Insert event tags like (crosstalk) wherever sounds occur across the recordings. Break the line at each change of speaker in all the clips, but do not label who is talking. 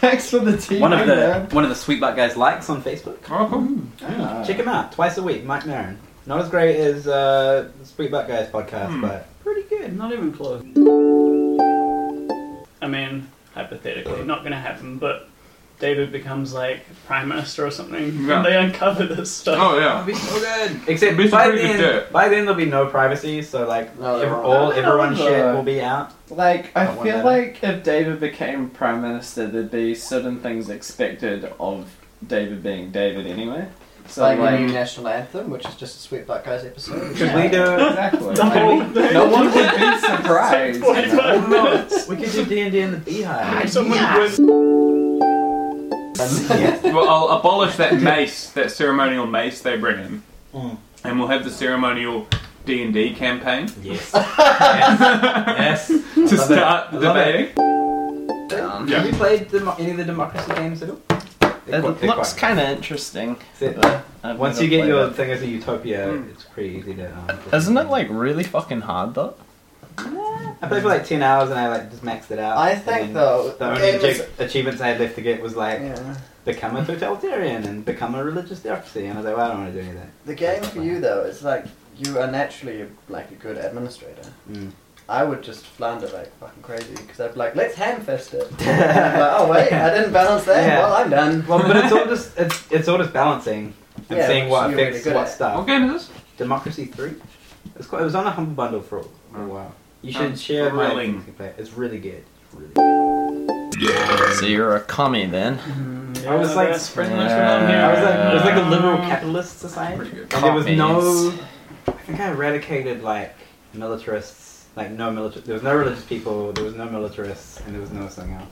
Thanks for the TV,
One of the
man.
one of the sweetback guys likes on Facebook.
Oh, cool.
Ah.
Check him out twice a week, Mike Marin. Not as great as uh, Sweetback Guys podcast,
Hmm.
but pretty good.
Not even close. I mean, hypothetically,
Uh.
not going to happen, but David becomes like prime minister or something,
Yeah.
and they uncover this stuff.
Oh, yeah.
be so good. Except
It'd be
by
pretty
then,
good.
by then there'll be no privacy, so like
No, there
ev-
won't.
all everyone's
No.
shit will be out.
Like, I
I want
feel
that.
like if David became Prime Minister, there'd be certain things expected of David being David anyway. So,
like,
like,
a new national anthem, which is just a sweet black guys
(laughs)
episode.
Could we do?
Oh.
exactly. (laughs)
(laughs) The whole thing.
no one would (laughs) be surprised. (laughs) you know?
45 minutes.
We could do D and D in the Beehive.
Someone wins.
(laughs) yeah.
Well, I'll abolish that mace, that ceremonial mace they bring in,
Mm.
and we'll have the ceremonial D and D campaign
Yes. yes. (laughs) Yes.
(laughs) to
Love it.
start the
Love it.
debating.
Have
Yeah.
you played demo- any of the democracy games at all? They're quite-
It
they're
looks
quite-
kind of interesting.
Sit-
but I've
Once
never
you get
played
your
it.
thing as a utopia,
Mm.
it's pretty easy to. Um,
Isn't it like really fucking hard though?
I played for like ten hours and I like just maxed it out.
I
and
think
then
though,
the only
games,
ach- achievements I had left to get was like
yeah.
become a totalitarian and become a religious theocracy, and I was like, well, I don't want to do any of that.
the game for you though is like you are naturally like a good administrator.
Mm.
I would just flounder like fucking crazy because I'd be like, let's handfist it. (laughs) And I'm like, oh wait, I didn't balance that.
Yeah.
Well, I'm done.
Well, but it's
(laughs)
all just it's, it's all just balancing and
Yeah,
seeing
which
what
you're really
affects
good
what
at.
stuff.
What game is this?
Democracy Three. It's quite, it was on a humble bundle for a, for a while. You should
Um,
share my
thrilling.
links and play it. It's really good. It's really
So you're a commie then?
Mm,
I was like-
spreading lunch around here.
I was like, it was like a
Um,
liberal capitalist society.
Pretty good.
And there was no.
Commies.
I think I eradicated like militarists, like no military. There was no religious people. There was no militarists, and there was no something else.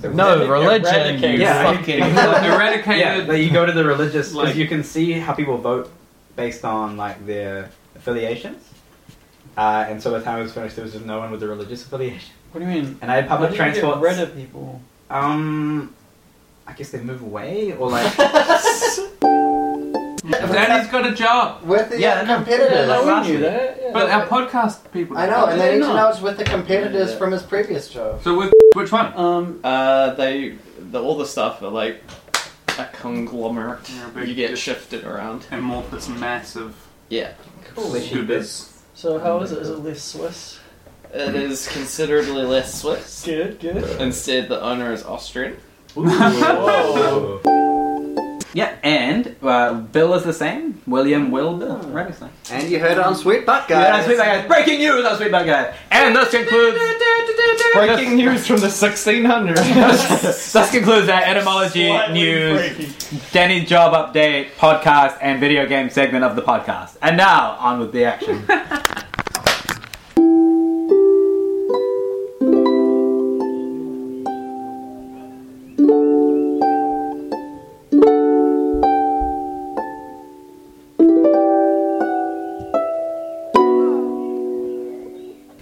So it was-
No religion,
Eradicate.
you
Yeah.
fucking.
(laughs) Yeah,
Eradicated.
that you go to the religious because
Like-
you can see how people vote based on like their affiliations. Uh, and so by the time it was finished, there was just no one with a religious affiliation.
What do you mean?
And I had public
How do you
transport.
Get rid of people.
Um, I guess they move away or
(laughs)
like.
Danny's got a job,
With the
Yeah, I know.
competitors.
no one
last
knew
week.
that. Yeah.
but our podcast people.
I know, and
Did
they
they
need to
not?
know it's with the competitors
Yeah.
from his previous job.
So with which one?
um,
(laughs) Uh, they the, all the stuff are like a conglomerate.
Yeah, big
You get
dish.
shifted around.
Amorphous mass of
Yeah,
cool.
Slish.
goodness.
So how is it? Is it less Swiss?
it is considerably less Swiss.
Good, good.
Instead, the owner is Austrian.
Whoa.
yeah, and uh, Bill is the same. William Will Bill,
Oh.
right? It's like-
And you heard it on Sweet Butt
Yeah, that's Sweet Bad Guy. Breaking news on Sweet Bad Guy. And this concludes.
(laughs) Breaking news from the (laughs) 1600s.
(laughs) Thus concludes our etymology
Slightly
news,
freaky.
Danny job update, podcast, and video game segment of the podcast. And now on with the action.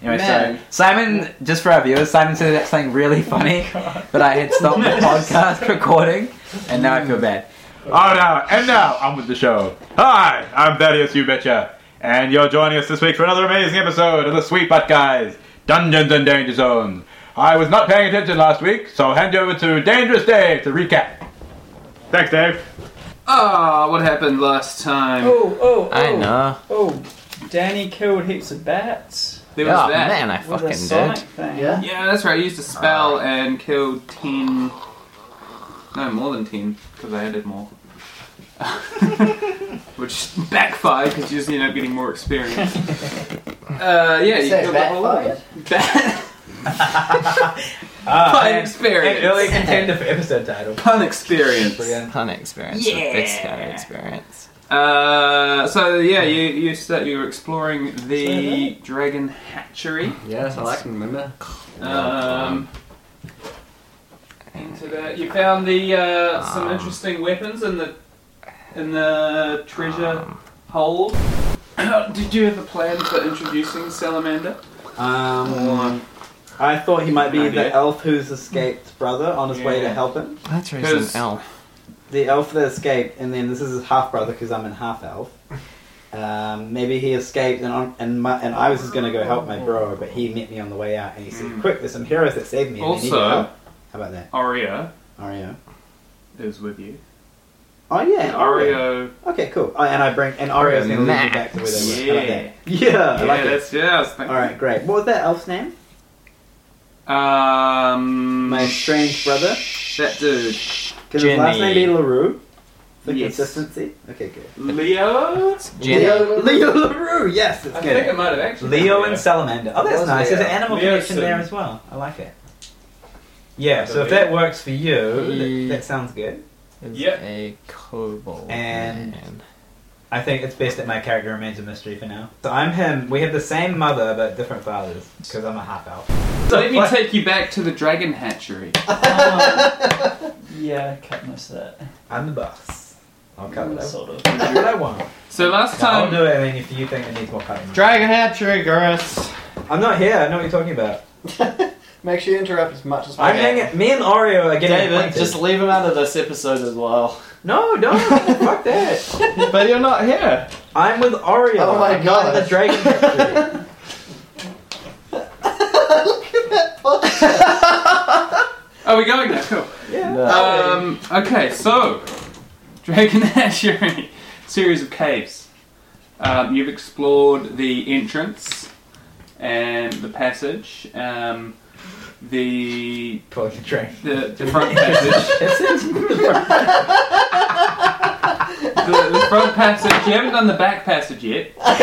Anyway, so
Man.
Simon, just for our viewers, Simon said that something really
(laughs)
funny
Oh
that I had stopped the podcast recording, and now I feel bad.
Oh no! And now on with the show. Hi, I'm Thaddeus. You betcha. And you're joining us this week for another amazing episode of the Sweet Butt Guys Dungeons and Danger Zones. I was not paying attention last week, so I'll hand you over to Dangerous Dave to recap. Thanks, Dave. Ah, what happened last time?
Oh, oh, oh.
I know.
Oh, Danny killed heaps of bats
There
oh man, I
with
fucking (laughs)
a sonic
did.
thing.
Yeah.
Yeah, that's right. I used a spell and killed ten. No, more than ten because I added more. (laughs) Which backfired because you just end up getting more experience. Uh, yeah, you
Say
killed the whole lot. (laughs)
backfired?
Bat-
Uh,
Pun experience.
contender
(laughs)
for episode title.
Pun experience.
Pun experience.
Yeah.
Yeah. Best kind of experience.
Uh, so yeah, you you start, you were exploring the
Say
dragon hatchery.
Yes, I can remember.
Um, into that, you found the uh, some
Ah.
Um,
interesting weapons in the in the treasure
Ah.
hold. (clears throat) Did you have a plan for introducing Salamander?
Um, I thought he might be the
Idea.
elf who's escaped brother on his way to
Yeah.
help him.
That's
Because-
reason elf.
The elf that escaped, and then this is his half brother because I'm in half elf. Um, maybe he escaped, and on, and my, and I was just gonna go help my bro, but he met me on the way out, and he said,
Mm.
"Quick, there's some heroes that saved me." And they need your
Also-
help." how about that?
Aria
Oreo.
is with you.
Oh yeah, and Oreo.
Oreo.
Okay, cool. Oh, and I bring and Oreo's gonna lead you back to where they were. I like that. Yeah, I
Yeah,
like it.
that's yeah. I was thinking.
All right, great. What was that elf's name?
Um,
My strange brother.
that dude,
Can his last
Jimmy.
name be Larue? For
Yes.
consistency. Okay, good.
Leo.
Jenny.
Leo-
Leo Larue. Yes, it's
I
good.
think it might have actually. been
Leo and Salamander. Oh, that's
Was
nice. There's an
Leo.
animal
Leo
connection
Sim.
there as well. I like it. Yeah, so if
Leo.
that works for you,
Mm.
that, that sounds good.
Is
Yep.
a kobold.
And-
man.
I think it's best that my character remains a mystery for now. So I'm him. We have the same mother but different fathers because I'm a half elf.
Let me take you back to the dragon hatchery.
(laughs) yeah, I cut most of that.
I'm the boss. I'll
(laughs)
cover that.
Sort of.
That's what I want.
So last
I'll
time,
do it. I mean, if you think it needs more cutting,
dragon hatchery, Garrus.
I'm not here. I know what you're talking about.
(laughs) Make sure you interrupt as much as
I'm
possible.
hanging. Me and Oreo are getting
David,
acquainted.
just leave him out of this episode as well.
No, don't. Fuck that.
(laughs) but you're not here.
I'm with Oreo.
Oh my
I'm not
God.
in The dragon.
(laughs)
Factory.
Are we Oh, going now? Cool.
yeah.
Um, okay, so Dragon (laughs) Hatchery, series of caves. Um, you've explored the entrance and the passage, um, the,
Pulling the (laughs) train.
the the front passage,
That's it.
the, the front passage. You haven't done the back passage
(laughs)
yet. uh,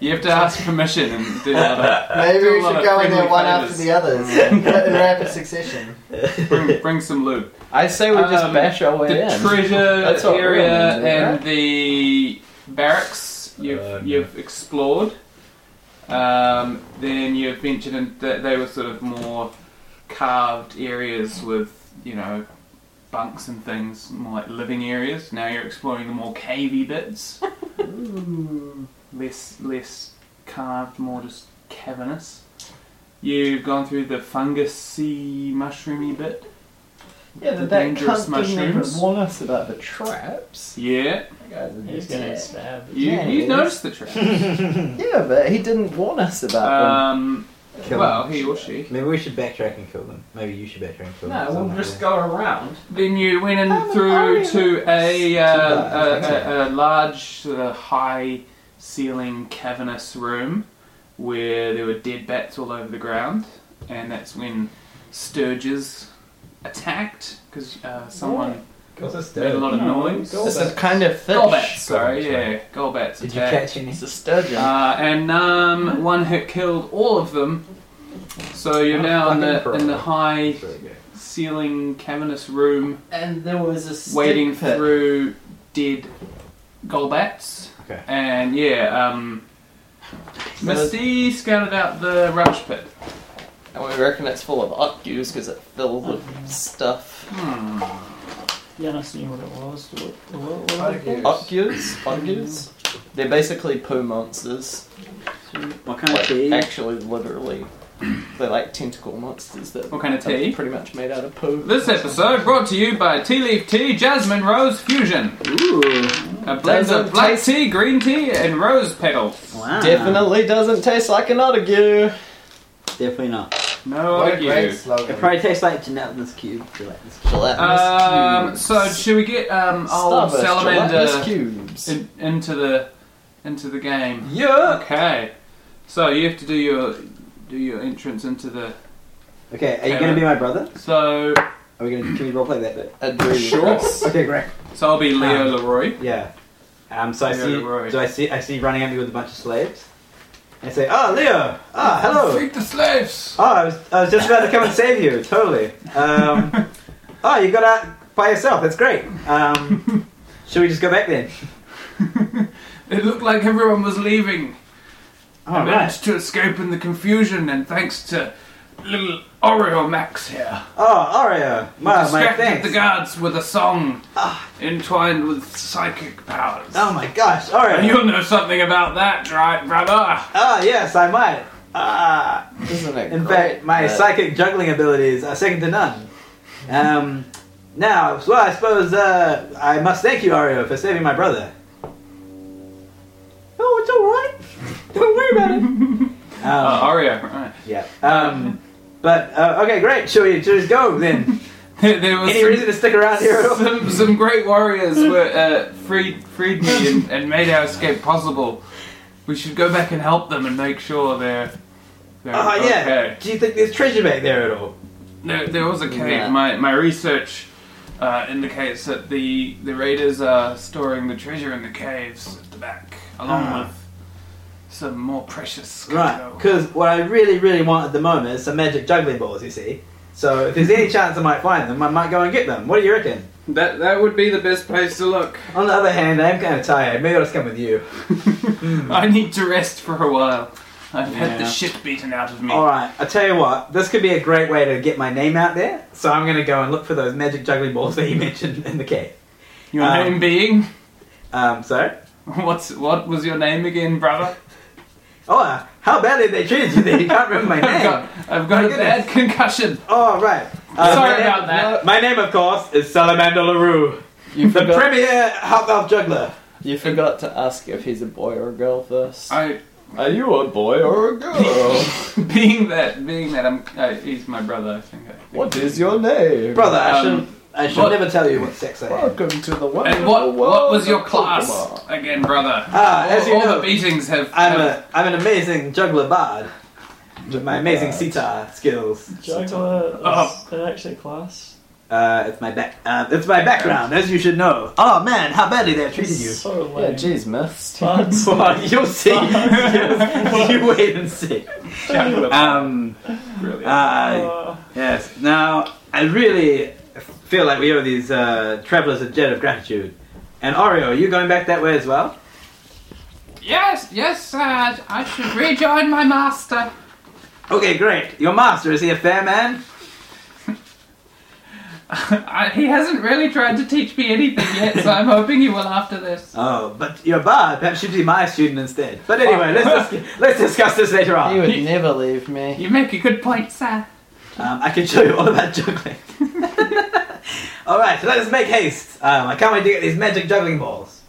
you have to ask permission and do that.
Maybe
Do a
we
lot
should
of
go in there
friendly
one
favours.
after the others in rapid succession.
(laughs)
Bring, bring some loot.
I say we just
Um,
bash our way
the
in.
treasure
(laughs) That's what we're
area
gonna do,
and
right?
the barracks you've,
Uh, no.
you've explored. Um, then you've ventured in that they were sort of more carved areas with, you know, bunks and things, more like living areas. Now you're exploring the more cavey
(laughs)
bits. less less carved, more just cavernous. You've gone through the fungusy, mushroomy bit.
yeah,
the
that that
dangerous
cunt didn't even
mushrooms.
warn us about the traps.
Yeah,
That guy's an
He's gonna
idiot.
stab.
you,
Yeah, it
you
is.
noticed the trap.
(laughs) Yeah, but he didn't warn us about
Um,
Kill
well,
them.
he or she.
Maybe we should backtrack and kill them. Maybe you should backtrack and kill
them.
them.
No, we'll
Somehow.
just go around.
Then you went in
I'm
through
sorry.
to a, uh,
bad,
a, a, a large, sort of high ceiling cavernous room where there were dead bats all over the ground, and that's when Sturges attacked because uh, someone
Cause it's
made a lot of
No,
noise.
It's a kind of fish.
Goldbats, sorry,
Goldbats,
yeah, goldbats
Did you
attacked.
catch any?
It's a sturgeon.
Uh, and um, one hit killed all of them. So you're now in the in the high ceiling cavernous room,
and there was a stick
wading
pit.
through dead golbats.
Okay.
And yeah, um,
There was-
Misty scouted out the rubbish pit.
And we reckon it's full of ocus because it filled with stuff.
Hmm.
Giannis knew what it was. What, what, what are they called?
Ocus? Ocus? They're basically poo monsters.
What kind of
Like,
tea?
actually, literally. They're like tentacle monsters that
What kind of
are
tea?
pretty much made out of poo.
This episode brought to you by Tea Leaf Tea Jasmine Rose Fusion.
Ooh,
A blend of
Doesn't
black
taste-
tea, green tea, and rose petals.
wow.
Definitely doesn't taste like an otagu.
Definitely not.
No,
What a
thank you.
great
It
slogan.
probably tastes like gelatinous cube. Gelatinous cube.
Gelatinous
Um,
cubes.
so should we get um, old
Starburst gelatinous
salamander
cubes.
in, into the into the game?
yeah.
Okay, so you have to do your do your entrance into the
Okay, are you gonna be my brother?
so
Are we gonna can we roleplay that bit?
Agree with
Sure.
Chris.
(laughs) Okay, great.
so I'll be Leo Leroy.
Yeah. Um. So I
Yeah,
see.
right.
Do I see? I see you running at me with a bunch of slaves. And I say, "Ah, Leo. Ah, hello.
Freak the slaves.
Oh, I was, I was just about to come and save you. Totally. Um. Oh, you got out by yourself. That's great. Um. Should we just go back then?
it looked like everyone was leaving. I Oh,
All right.
managed to escape in the confusion, and thanks to little Oreo Max here,
Oh, Aria. Wow, my
distracted
thanks. Ah.
the guards with a song entwined with psychic powers.
Oh my gosh, Aria.
And you'll know something about that, right, brother?
Ah, yes, I might. Ah,
Isn't it
in
great
fact, my
that-
psychic juggling abilities are second to none. Um, now, well, I suppose uh, I must thank you, Ario, for saving my brother. Oh, it's all right. Don't worry about it. Um,
Uh, Oreo, right. (laughs)
yeah. Um, But uh, okay, great. Shall we shall we just go then?
there was
Any reason to stick around here? At all?
(laughs) some, some great warriors were uh, freed, freed me and, and made our escape possible. We should go back and help them and make sure they're. they're
Oh yeah.
okay.
Do you think there's treasure back there at all?
There, there was a cave.
Yeah.
My, my research uh, indicates that the, the raiders are storing the treasure in the caves at the back, along
Ah.
with some more precious.
Right,
cargo.
because what I really, really want at the moment is some magic juggling balls, you see. So if there's any chance I might find them, I might go and get them. What do you reckon?
That, that would be the best place to look.
On the other hand, I am kind of tired. Maybe I'll just come with you. Hmm.
I need to rest for a while. I've had the
Yeah.
shit beaten out of me.
Alright, I tell you what, this could be a great way to get my name out there. So I'm going to go and look for those magic juggling balls that you (laughs) mentioned in the cave.
Your
Um,
name being?
Um, so,
(laughs) What's what was your name again, brother?
oh, uh, how badly they treated you there. You can't remember
(laughs)
my name.
I've got, I've got
My
a bad concussion.
Oh, right. Uh,
Sorry
my name-
about that.
My name, of course, is Salamander LaRue,
You
the
forgot,
premier half elf juggler.
you forgot to ask if he's a boy or a girl first.
I
Are you a boy or a
(laughs)
girl?
being that being that I'm I, he's my brother. I think. I think.
what is your name?
Brother, I
Um,
should, I should
what-
never tell you what sex I am.
Welcome to the wonderful
And what what
world
was your
of
class
Pokemon.
again, brother?
Ah,
all
as you
all
know,
the beatings have.
I'm
have
a I'm an amazing juggler bard with my amazing sitar skills.
Juggler.
Oh.
Is that actually class?
Uh, it's my back. Uh, it's my background, as you should know. Oh man, how badly they treated
(laughs)
you.
So
Yeah,
lame.
geez, (laughs) missed.
(laughs)
Bards.
Well, (laughs) you'll see. You'll- (laughs) you wait and see.
Juggler.
Um,
Brilliant.
uh,
Uh,
yes. Now, I really feel like we owe these uh, travelers a debt of gratitude. And Oreo, are you going back that way as well?
yes, yes, uh, I should rejoin my master. (laughs)
Okay, great. Your master is he a fair man?
I, he hasn't really tried to teach me anything yet, so I'm hoping he will after this.
Oh, but you're a bard. Perhaps you'd be my student instead. But anyway, let's dis- let's discuss this
He
later on.
would never leave me. (laughs)
You make a good point, sir.
Um, I can show you all about juggling. (laughs) all right, so let us make haste. Um, I can't wait to get these magic juggling balls.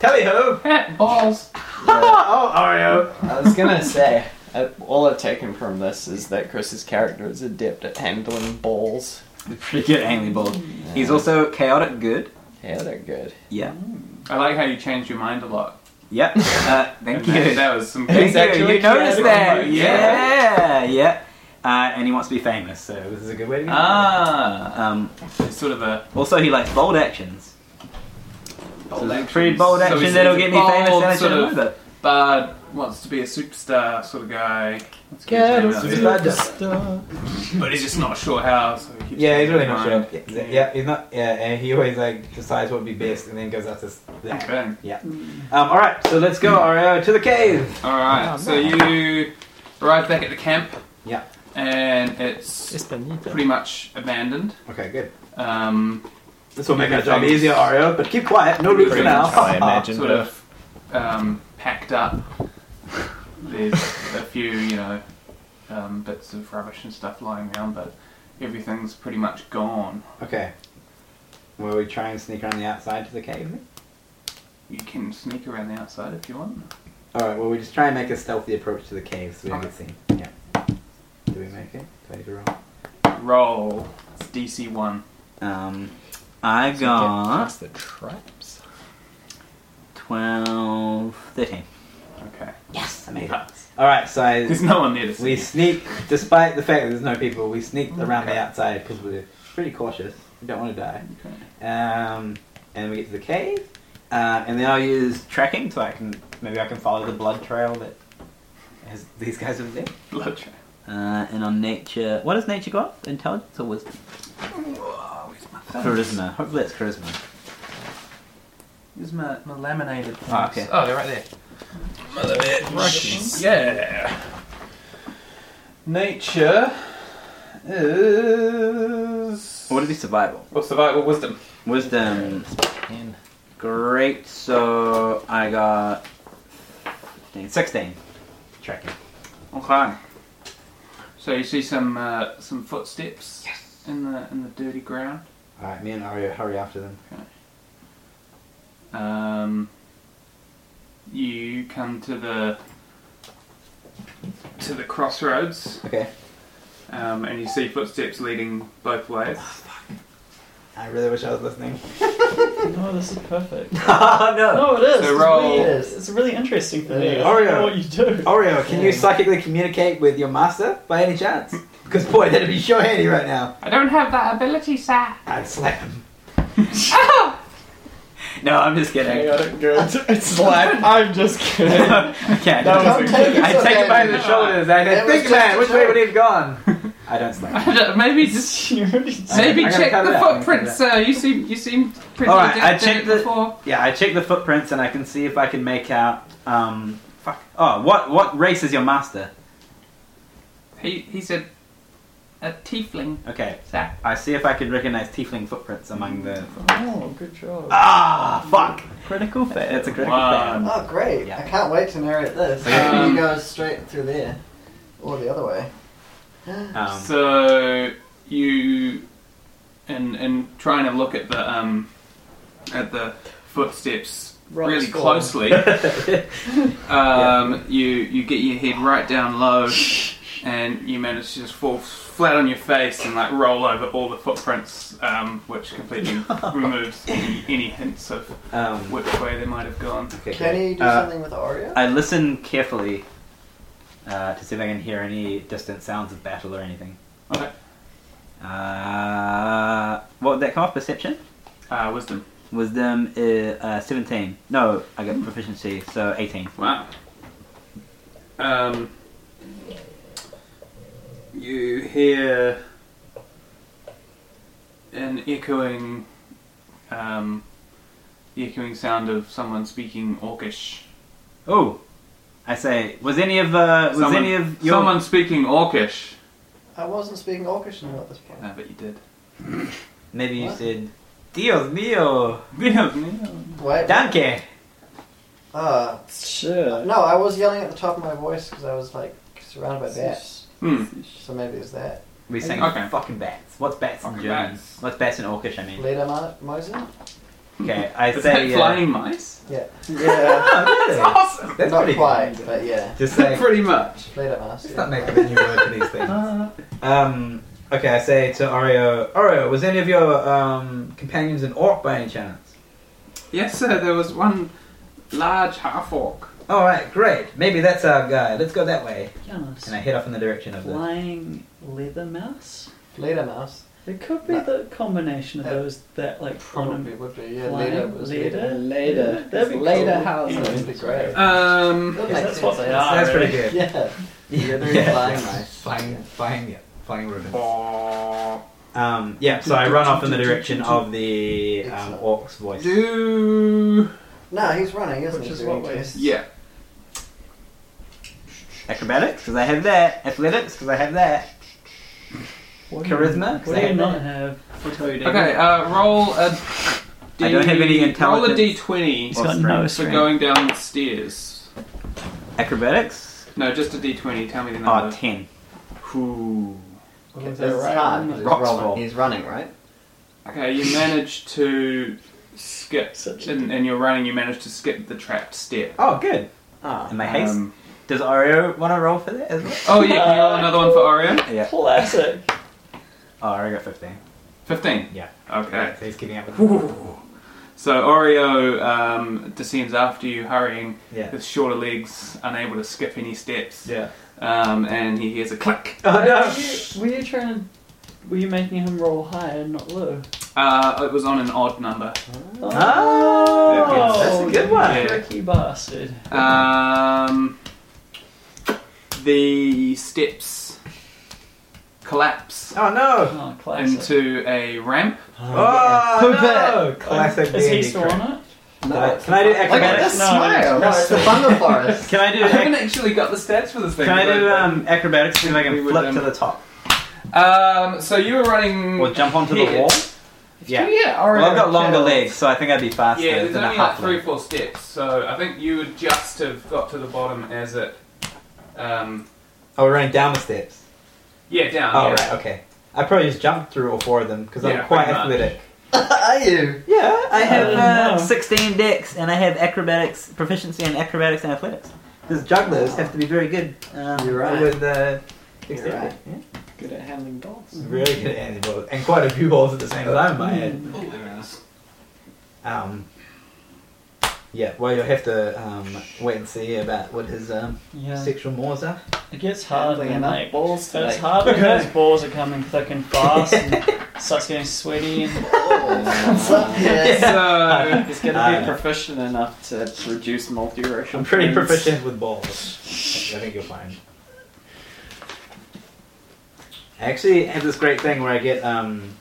Tally ho!
Pet balls.
oh, Oreo.
I was gonna say, uh, all I've taken from this is that Chris's character is adept at handling balls.
Pretty good angling balls. He's also chaotic good.
Yeah, they're good.
Yeah.
I like how you changed your mind a lot.
(laughs)
Yep. Uh, thank
And
you.
That, that was some.
Thank you.
actually
You noticed
chaotic
that.
good.
Yeah. Yeah. Uh, and he wants to be famous, so this is a good way to get
Ah,
Um,
it's sort of a
also, he likes bold actions.
bold
There's a
action.
Pretty bold
So
action
he's-
that'll
he's a
get me famous
bold
and I should
sort
have
of
known that.
bard wants to be a superstar sort of guy. Wants to be
Get
famous.
a
but he's just not sure how. So he keeps
Yeah, he's really
trying.
not sure.
Yeah, exa- yeah, he's not. Yeah, and he always like decides what would be best, and then goes out to. s- that.
Okay.
Mm.
Um, all right, so let's go, Oreo, to the cave.
All right.
Oh,
so you arrive back at the camp.
Yeah.
And it's pretty much abandoned.
Okay, good.
Um,
This will make our job easier, Oreo. But keep quiet. No loot for
Pretty
now.
much
how I
(laughs)
imagine.
sort of um, packed up. There's a few, you know, um, bits of rubbish and stuff lying around, but everything's pretty much gone.
Okay. Will we try and sneak around the outside to the cave?
You can sneak around the outside if you want.
All right. Well, we just try and make a stealthy approach to the cave so we don't get seen. Yeah. Do we make it? Do I need to roll?
Roll. It's DC one.
Um, I got
the traps.
12, 13.
Okay.
Yes, I made it. All right. So
(laughs)
I,
There's no one there to see. Oh
we sneak, despite the fact that there's no people, we sneak around the outside because we're pretty cautious. We don't want to die.
Okay.
Um, and we get to the cave. Uh, and then I'll use tracking so I can maybe I can follow the blood trail that has, these guys have there.
Blood trail.
Uh, and on nature, what has nature got? Intelligence or wisdom?
Whoa, where's my phone?
Charisma. Hopefully it's charisma.
Where's my, my laminated things?
Ah, okay.
Oh, they're right there. Mother bitch. Yeah. Nature is.
Or would it be survival?
Well, survival wisdom.
Wisdom. Great. So I got 15, 16. Tracking.
Okay. So you see some uh, some footsteps in the in the dirty ground.
All right. Me and Aria hurry after them.
Um, you come to the to the crossroads,
Okay.
um, and you see footsteps leading both ways.
I really wish I
(laughs)
was listening.
No, this is
(laughs)
perfect.
oh
No,
no!
it is.
So
It's
roll.
really- It's really interesting for me. I
Oh,
don't
yeah.
know what you do.
(laughs)
Oreo, can you psychically communicate with your master by any chance? Because boy, that'd be sure handy right now.
I don't have that ability, sir.
I'd slap him.
(laughs) No, I'm just kidding.
Chaotic good.
(laughs)
It's
(laughs)
like I'm just
(laughs)
kidding.
okay,
Don't take it
I
so
take it by
badly.
the shoulders. I
That
don't
was
Big
just
man,
a
which way
joke.
would he have gone?
(laughs)
I don't
(laughs)
slap. him.
Maybe just
(laughs) You already did.
maybe
I'm gonna
check
cut it
the
out, I'm gonna
footprints, sir. uh, You seem you seem pretty
All right,
adept
I
at
checked
it
the-
before.
Yeah, I check the footprints and I can see if I can make out. Um, fuck. Oh, what what race is your master?
He he's a a tiefling,
Okay,
sir.
I see if I can recognize tiefling footprints among the.
Oh, good job.
Ah, fuck!
Critical fail.
It's a critical fail.
One.
Oh, great.
Yeah.
I can't wait to narrate this.
Okay.
Hopefully
Um,
you go straight through there. Or the other way.
Um,
So you and and trying to look at the um at the footsteps
Rock
really
score.
closely. um, You you get your head right down low, and you manage to just fall flat on your face and like roll over all the footprints, um, which completely (laughs) removes any, any hints of
um,
which way they might have gone.
okay,
Can
great.
you do
Uh,
something with Oreo?
I listen carefully uh, to see if I can hear any distant sounds of battle or anything.
Okay,
Uh, what would that come off? Perception?
uh, wisdom.
Wisdom is uh, 17. No, I got proficiency, so 18.
Wow. Um, you hear an echoing, um, the echoing sound of someone speaking Orcish.
Oh, I say, was any of uh, was
someone,
any of your
someone speaking Orcish?
I wasn't speaking Orcish now at this point.
I bet you did.
Maybe you
What?
said, Dios mío,
Wait.
danke.
Uh,
Sure.
no, I was yelling at the top of my voice because I was like surrounded by bats.
hmm.
So maybe it's that.
We sang
Okay.
fucking bats. What's bats in
Fucking
German?
bats.
What's bats in Orcish? I mean.
(laughs) Later, Mo- Moser?
Okay, I
Is
say.
that
uh,
flying mice?
(laughs) Yeah.
(laughs) Oh, really?
Awesome.
That's
Not
pretty
quite,
good.
but yeah.
Just
(laughs)
saying.
Pretty much.
Later, Master.
Let's not make up a new word for these things. (laughs) Um, okay, I say to Oreo, Oreo, was any of your um, companions an orc by any chance?
Yes, sir. There was one large half orc.
All right, great. Maybe that's our guy. Let's go that way.
Yes.
And I head off in the direction of the.
Flying leather mouse?
Later, Mouse.
It could be
No.
the combination of
That
those that like
Probably
pronoun.
would be. Yeah,
Flying
later was
Leda?
Later.
That'd be
Later
cool.
house.
Yeah, that'd be great.
Um,
That
Yeah,
makes
that's what
sense,
they
I
are.
That's pretty
Ah, really.
guess.
good.
Yeah.
(laughs)
Yeah, they're flying mice.
Flying, flying, yeah, flying ribbon.
Um, yeah, so I run off in the direction of the um,
Excellent.
orc's voice.
do
No, he's running, isn't
Which
he?
is
doing
what we-
tests?
yeah.
Acrobatics, because I have that. Athletics, because I have that.
What do you-
Charisma, because
What
I
do you
have
not
that.
have? Photoding?
Okay, uh, roll a. D-
I don't have any
Roll a
intelligence.
d20
He's got no
for
strength.
going down the stairs.
Acrobatics?
No, just a d20. Tell me the
Oh,
number.
10.
Ooh.
Okay,
Is
this
that
is
right?
hard, 'cause he's
Rocks
running-
roll.
He's running, right?
Okay, you managed to skip,
Such a-
and, and you're running. You managed to skip the trapped step.
Oh, good.
Ah.
Am I haste?
Um,
Does Oreo want to roll for that (laughs) as well?
oh yeah, can you
Uh,
roll another one for Oreo?
Yeah.
Classic.
(laughs) Oh, Oreo got 15.
Fifteen.
Yeah.
Okay.
So he's keeping up with
So Oreo um, descends after you, hurrying
(laughs) Yeah.
with shorter legs, unable to skip any steps.
Yeah.
Um, and he hears a click.
Oh,
Were
no.
you, were you trying to? Were you making him roll high and not low?
Uh, it was on an odd number.
Oh,
(laughs) Oh,
Yeah,
that's a good one.
Yeah.
Tricky bastard.
Um, the steps collapse
Oh, no.
Oh, classic.
into a ramp.
Oh,
Who
no.
bet?
Classic
Is he
D&D
still
trick.
on it?
Can I- Can I do
Look at
acrobatics?
this
No,
smile. (laughs) No, (laughs) it's
(laughs)
the thunder forest.
Can I do
I haven't
ac-
actually got the stats for this thing.
can I do
but-
um, acrobatics see if I
We
can
would,
flip
um,
to the top
Um, so you were running.
or jump onto the
here.
wall?
Yeah,
Yeah.
Oreo
Well, I've got
can-
longer legs, so I think I'd be faster
Yeah, there's
than a
only like
half
three,
leg.
four steps, so I think you would just have got to the bottom as it. Um,
Oh, we're running down the steps.
yeah, down.
Oh,
yeah.
right, okay. I probably just jumped through all four of them because
Yeah,
I'm quite
pretty much.
athletic.
Are you?
Yeah, I have
don't
uh,
know.
16 decks and I have acrobatics, proficiency in acrobatics and athletics.
These jugglers have to be very good. Um,
You're right.
With uh,
You're
dexterity.
right.
Yeah.
Good at handling balls.
Really good at handling balls, and quite a few balls at the same time. I had.
Mm.
Um, yeah, well, you'll have to um, wait and see about what his um,
Yeah.
sexual mores are.
It gets hard
Handling
when
enough
like
balls to
it's
make-
hard when those balls are coming thick and fast and
(laughs)
starts getting sweaty and
(laughs)
(laughs) Yes.
So
(laughs)
he's gonna
Ah,
be
yeah.
proficient enough to produce multiracial.
I'm pretty
twins.
proficient with balls. I think you'll find.
I actually have this great thing where I get um,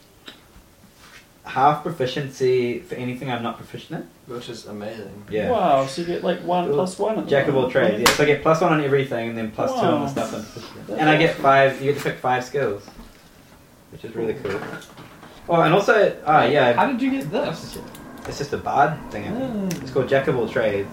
half proficiency for anything I'm not proficient in.
Which is amazing.
Yeah.
wow, so you get like one plus one. At the
Jack of all
moment.
trades. Yeah, so I get plus one on everything, and then plus two on
Wow.
the stuff I'm proficient in. And I get five. You get to pick five skills, which is really cool. Oh, and also, ah, yeah,
How did you get this?
it's just a bard thing. I think. It's called Jack of all trades.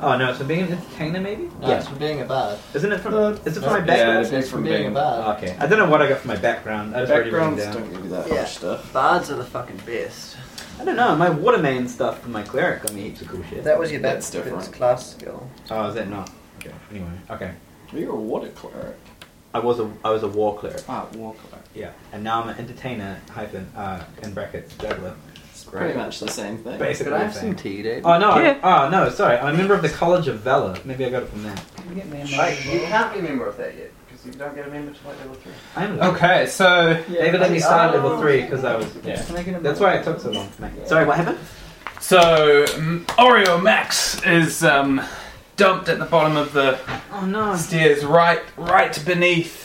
Oh no, so being an entertainer maybe?
No, It's from being a bad.
Isn't it from? Is Uh, it from my
Yeah,
background?
it is
It's from being a bad.
Oh, okay, I don't know what I got from my background. I just already written
Backgrounds
down.
don't give you that
Yeah.
much stuff.
Bards are the fucking best.
I don't know. My water main stuff for my cleric got me heaps of cool shit.
That was your
That's
best
different.
class skill.
Oh, is that not? Okay. Anyway, okay.
You're a water cleric.
I was a I was a war cleric.
Ah, war cleric.
Yeah. And now I'm an entertainer hyphen uh in brackets juggler.
It's pretty much the same thing.
Basically. the same.
tea, dude?
Oh no! I, oh no! Sorry, I'm a member of the College of Valor. Maybe I got it from there.
you can't be a member of that yet because you don't get a member to like level three.
I'm
Okay, so
David let me start
Oh.
level three because I was. Yeah. That's why it took so long. to make it. Sorry, what happened?
so mm, Oreo Max is um, dumped at the bottom of the
Oh no!
stairs, right, right beneath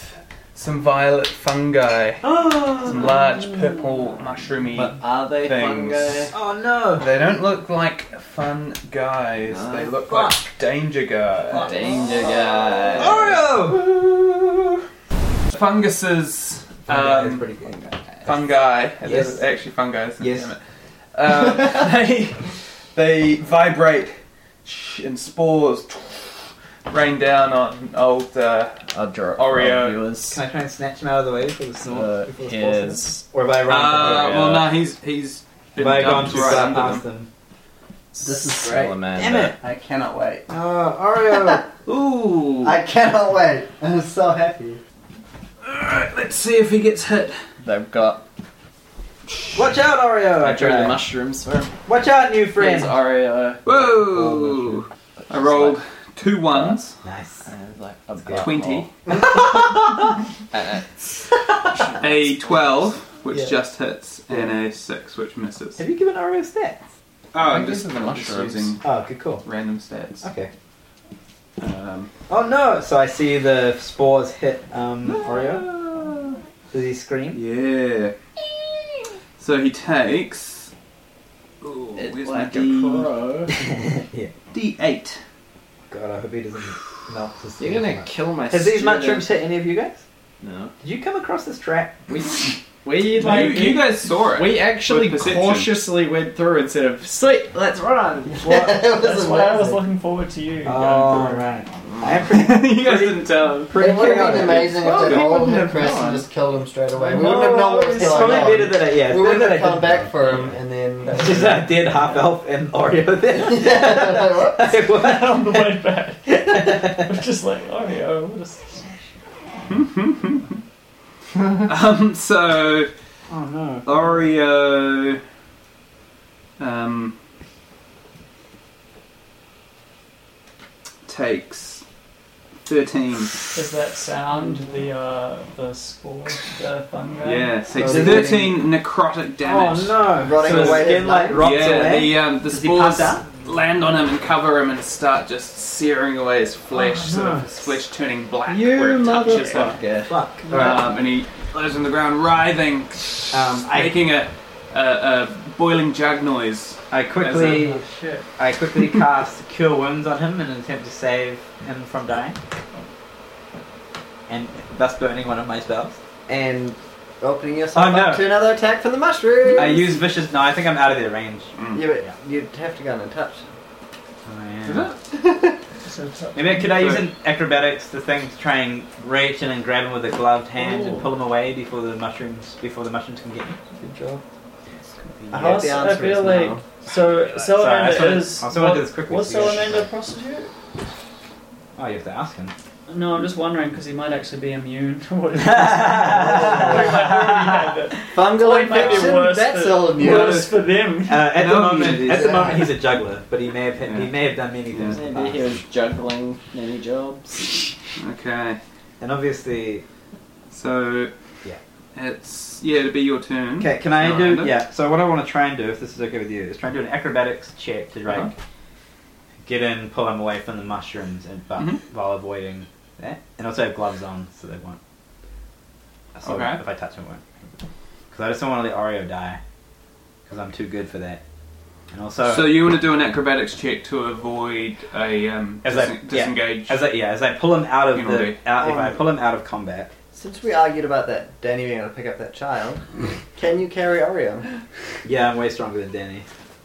some violet fungi, some large purple mushroomy.
But are they
Things.
fungi?
Oh no!
They don't look like fun guys.
No.
they look like danger guys.
Danger
Oh,
guy.
Oreo.
Funguses.
That's
Um,
pretty cool.
fungi. It
Yes.
is Actually, fungi. Isn't
Yes.
it? Um, (laughs) they they vibrate sh- and spores (sniffs) rain down on old. Uh,
I'll draw
Oreo. Uh,
viewers.
Can I try and snatch him out of the way before the snort?
Uh,
before the snort starts?
here's
Or have I
uh,
run?
well, no, he's he's been
Have I gone
dumped
too
right
far
under
past
them.
them?
This is great.
Salamander.
Damn it!
I cannot wait.
Oh, Oreo!
Ooh.
I cannot wait. (laughs) I'm so happy.
Alright, let's see if he gets hit.
They've got.
Watch out, Oreo!
I drew the
cried.
mushrooms for him.
Watch out, new
Here's
friend!
Oreo.
Whoa! I rolled two ones.
Nice.
And like a
good.
butt
20.
hole. Uh,
a 12, which
Yeah.
just hits, and a 6, which misses.
Have you given Oreo stats?
Oh, I'm
guess
just,
it's the
I'm just
mushrooms.
using
Oh, good call.
random stats.
Okay.
Um,
Oh no! So I see the spores hit um, Oreo.
Um,
Does he scream? (laughs)
yeah. So he takes. Ooh,
it's
where's my
like a
D?
pro.
D8.
God, I hope he doesn't melt. to see
You're gonna
much.
kill my.
Has these
student.
mushrooms hit any of you guys?
No.
Did you come across this trap?
We we
(laughs) You,
like
you guys saw it.
we actually
With perception.
cautiously went through instead of sweet. Let's run.
(laughs) It
That's
was
why I was
amazing.
looking forward to you.
Oh right. I am pretty.
(laughs) you guys didn't tell. him.
It would have been
chaotic.
amazing
Well,
if they
we
all
wouldn't
hit
have
Chris
known.
and just killed him straight away. We
No,
wouldn't have known what was
Oh, it's
going
probably
on.
better that I yeah. It's better
we wouldn't
that I
have
didn't.
come back for him
(laughs)
and then. that
Just that dead half elf and (laughs) Oreo
(laughs)
there.
was-
(laughs) Like, what?
(laughs) on the way
(laughs)
back. I'm just like, Oreo, what is
Um, so
Oh no.
Oreo. Um, takes 13.
Is that sound the uh, the spore, the fungi?
Yeah, takes
So-
13 necrotic
Oh
damage.
no.
Rotting
so his
away
skin
his
like
life.
rots
yeah,
away.
the um, the
Does he pass
spores
out?
land on him and cover him and start just searing away his flesh, sort of his flesh turning black where it touches him.
motherfucker.
Fuck. Alright.
Um, and he lies on the ground writhing,
Um, I,
making a, a, a boiling jug noise.
I quickly
Oh, shit.
I quickly cast Cure Wounds on him in an attempt to save him from dying. And thus burning one of my spells.
and opening yourself
Oh, no.
up to another attack from the mushroom.
I use Vicious... No, I think I'm out of their range.
Yeah, but you'd have to go in and touch.
Oh,
Is
yeah.
it?
So it's up-
Maybe could I use an acrobatics, the thing to try and reach in and grab him with a gloved hand and pull him away before the mushrooms before the mushrooms can get me. Good job.
I hope
Also,
the answer
I feel
is
like
no.
Sorry, I
so
just
Salamander
wanted-
is
I also wanted
what-
to do this quickly
What's
so you guys-
Salamander prostitute?
Oh,
Oh, you have to ask him.
No, I'm just wondering because he might actually be immune
(laughs)
to what it is. We might already have it.
Fungal
It might be
infection?
worse
That's
than-
all immune.
Worse for them.
Uh, at the
No,
moment,
he's-
at the moment, he's a juggler, but he may have
Yeah.
he may have done many things. in the
Maybe he
past.
was juggling many jobs.
Okay.
And obviously,
So.
Yeah.
It's yeah. It'll be your
Mm-hmm.
turn.
okay. Can I
Miranda?
do? Yeah. So what I want to try and do, if this is okay with you, is try and do an acrobatics check to like
Uh-huh.
get in, pull him away from the mushrooms, and but
Mhm.
while avoiding that, and also have gloves on so they won't. So
Okay.
If I touch him, it won't. Because I just don't want to let Oreo die, because I'm too good for that. And also,
So you want to do an acrobatics check to avoid a um,
As
dis-
I- yeah.
disengage.
as I, yeah, as I pull him out of
Penalty.
the out, if I pull him out of combat.
Since we argued about that Danny being able to pick up that child, can you carry Oreo?
Yeah, I'm way stronger than Danny.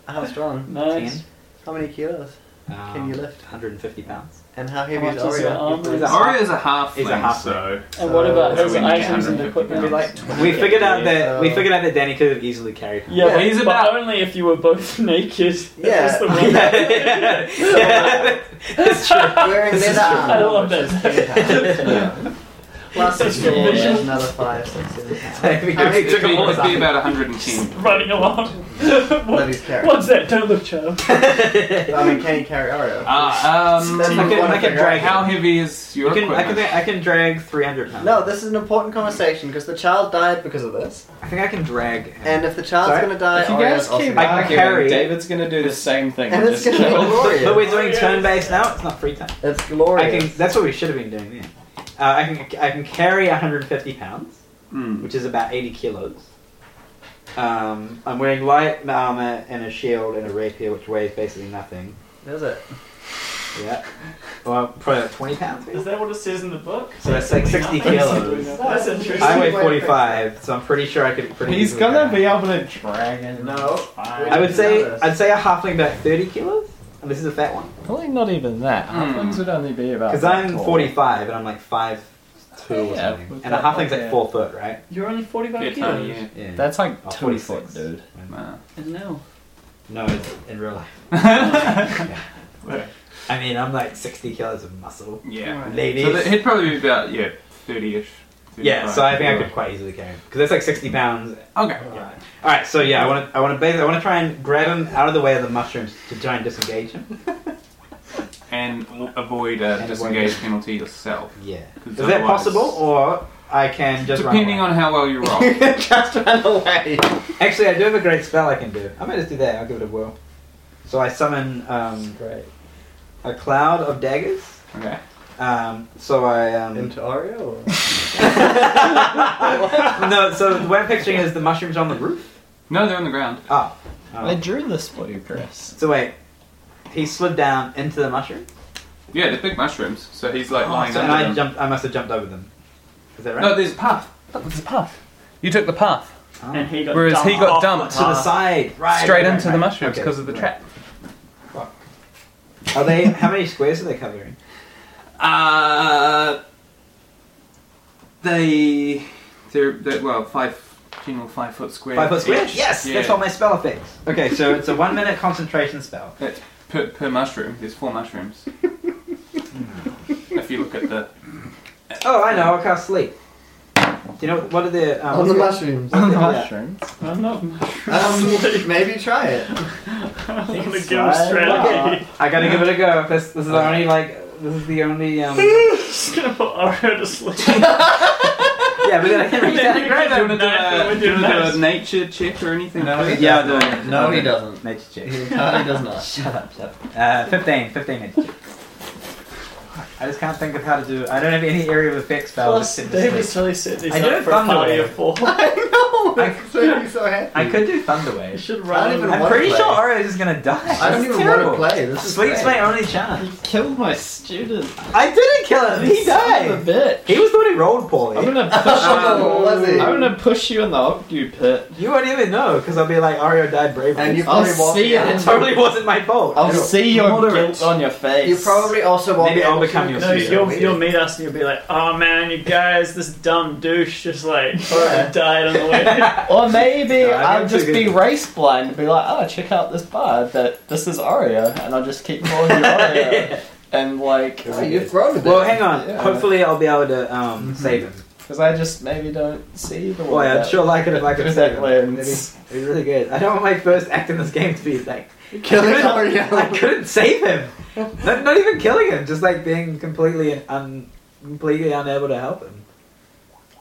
How strong?
Nice.
How many kilos?
Um,
Can you lift?
150
(laughs)
pounds?
And how heavy
How
is
much is your
Oreo?
arm?
He's a
Oreo is a half.
He's a
thing,
half
So
And what about
So-
his
So we need
items and
150
equipment?
It'd be like 20.
We figured out that we
so-
figured out that Danny could have easily carried him.
Yeah,
Yeah,
but,
he's
but
about-
only if you were both (laughs) naked.
Yeah.
That's the one.
(laughs) yeah, that's true.
Wearing leather
(laughs)
armor.
I love
(laughs) which
(laughs)
is
that.
10 pounds. Plus
Such
it's more,
provision.
there's another five, six, seven pounds.
It'd be,
took a
it'd be
long
about
(laughs)
110.
Running along. (laughs)
That
What-
he's carrying.
what's that don't look child?
I mean, can you carry Oreo?
Ah, um,
That's
I can-
what
I can drag
I'm figuring out.
how heavy is your
I can, I,
equipment?
can, I can drag 300 pounds.
No, this is an important conversation because the child died because of this,
I think I can drag. Him.
and if the child's
Sorry?
gonna die,
If you
Oreo's
guys
also
keep
gonna
back-
die.
Uh, arguing,
carry-
David's gonna do the same thing
And
and
it's
just
gonna be
kill.
glorious.
Oh, but we're doing turn based now. It's not free time.
It's
I
glorious. (laughs)
can. That's what we should have been doing. Yeah. Uh, I can. I can carry 150 pounds,
Hmm.
which is about 80 kilos. Um, I'm wearing light armor and a shield and a rapier, which weighs basically nothing.
Is it?
Yeah. Well, probably like 20 pounds.
Is that what it says in the book?
So that's like 60 kilos.
That's interesting.
I weigh 45, so I'm pretty sure I could pretty
He's
easily
gonna
carry.
be able to drag it.
No.
I would say I'd say a halfling about 30 kilos. And this is a fat one.
(laughs) Probably not even that.
Hmm.
Halflings would only be about.
Because
that
I'm
tall.
45 and I'm like 5'2 or
Yeah,
something.
with
And a
that
halfling's
one,
like
yeah.
4 foot, right?
You're only 45
Yeah, tiny,
kilos.
yeah.
Yeah.
That's like
Oh,
two
46.
foot, (laughs) dude.
Wow.
No.
No, it's in real life. I mean, I'm like 60 kilos of muscle.
(laughs) yeah.
Ladies.
So that, he'd probably be about yeah, 30ish.
yeah, so I think I could quite easily carry him. Because that's like 60 pounds.
Okay.
All right, so yeah, I want to, I want to, basically, I want to try and grab him out of the way of the mushrooms to try and disengage him.
And w- avoid a
And avoid-
disengage penalty yourself.
Yeah. Is
Because
that
otherwise-
possible, or I can just
Depending
run
on how well
(laughs)
you roll.
just run away. Actually, I do have a great spell I can do. I might just do that. I'll give it a whirl. So I summon um,
Great.
a cloud of daggers.
okay.
Um, so I um,
Into Oreo? Or?
(laughs) no. So what I'm picturing is the mushrooms on the roof.
No, they're on the ground.
Ah.
I
Oh.
drew this for you, Chris.
So wait, he slid down into the mushroom,
Yeah, they're big mushrooms. So he's like lying
Oh, so, and
under
I
them.
jumped. I must have jumped over them. Is that right?
No, there's a path. Look, there's a path. You took the path.
Oh.
And he got
Whereas
dumped
he got
off
dumped
to the
path.
side, right?
straight
right,
into
right,
the
right.
mushrooms
Okay,
because of the
right.
trap.
Are they? How many squares are they covering?
Uh, they, they're, they're well, five general five foot square.
Five foot squares?
each.
Yes,
Yeah.
that's all my spell effects. Okay, so it's a one minute concentration spell.
That's per, per mushroom. There's four mushrooms. if you look at
(laughs)
the
Oh, I know, I'll cast sleep. Do you know what are the. Um,
(laughs) On the
what's
mushrooms.
the- yeah.
Mushrooms.
I'm not. I (laughs)
(laughs) Um, maybe try it.
want to
It's
go
like-
strategy.
I gotta give it a go. This, this is
Oh.
the only, like, this is the only.
(laughs)
Um,
(laughs) Just gonna put Oreo to sleep.
yeah, but then I can reach out and grab
Do
them.
you want to do a, do you wanna do a nature check or anything?
No, he
Yeah,
doesn't.
the-
no, he
okay.
doesn't.
Nature
No,
check.
he does not.
Shut up, shut up. Uh, 15, 15 nature check. I just can't think of how to do. I don't have any area of effect spell.
Plus,
just
David's really set these
I do
up
have
for a
thunder
party
wave.
of four.
I know.
I-
It's so, he's so happy.
I could do Thunder
You
Wave.
should
I don't
run.
even
I'm
wanna
pretty
play.
sure Aura is just gonna die.
I don't
It's
even
terrible.
want to play. This is
Sleep's
great.
my only chance.
You killed my student.
I didn't kill him. He
Son
died.
of a bitch.
He was the one who rolled poorly.
I'm gonna push
(laughs)
Oh, was
you.
he?
I'm gonna push you in the octu pit.
You won't even know because I'll be like, Ario died bravely.
And you
I'll
probably won't
see
be
it.
able
(laughs) it
in-
totally wasn't my fault.
I'll
You're
see your
moderate.
guilt on your face.
You probably also won't
Maybe
be
I'll
able to-
become your
No,
Yeah.
you'll, you'll meet us and you'll be like, oh man, you guys, this dumb douche just like
(laughs)
already died on the way.
Or maybe
No, I think
I'll
it's
just
a good-
be race
(laughs)
blind and be like, oh, check out this bar, but this is Oreo, and I'll just keep calling you Oreo. and like
Oh, you've grown a bit.
Well, hang
(laughs)
on.
Yeah.
Hopefully, I'll be able to um, save him.
because I just maybe don't see the
Boy,
way
I'd sure like it if I could save him.
Exactly.
It'd be, it'd be really good. I don't want my first act in this game to be
(laughs)
like killing him. (laughs) I couldn't save him. Not, not even killing him. Just like being completely and un, completely unable to help him.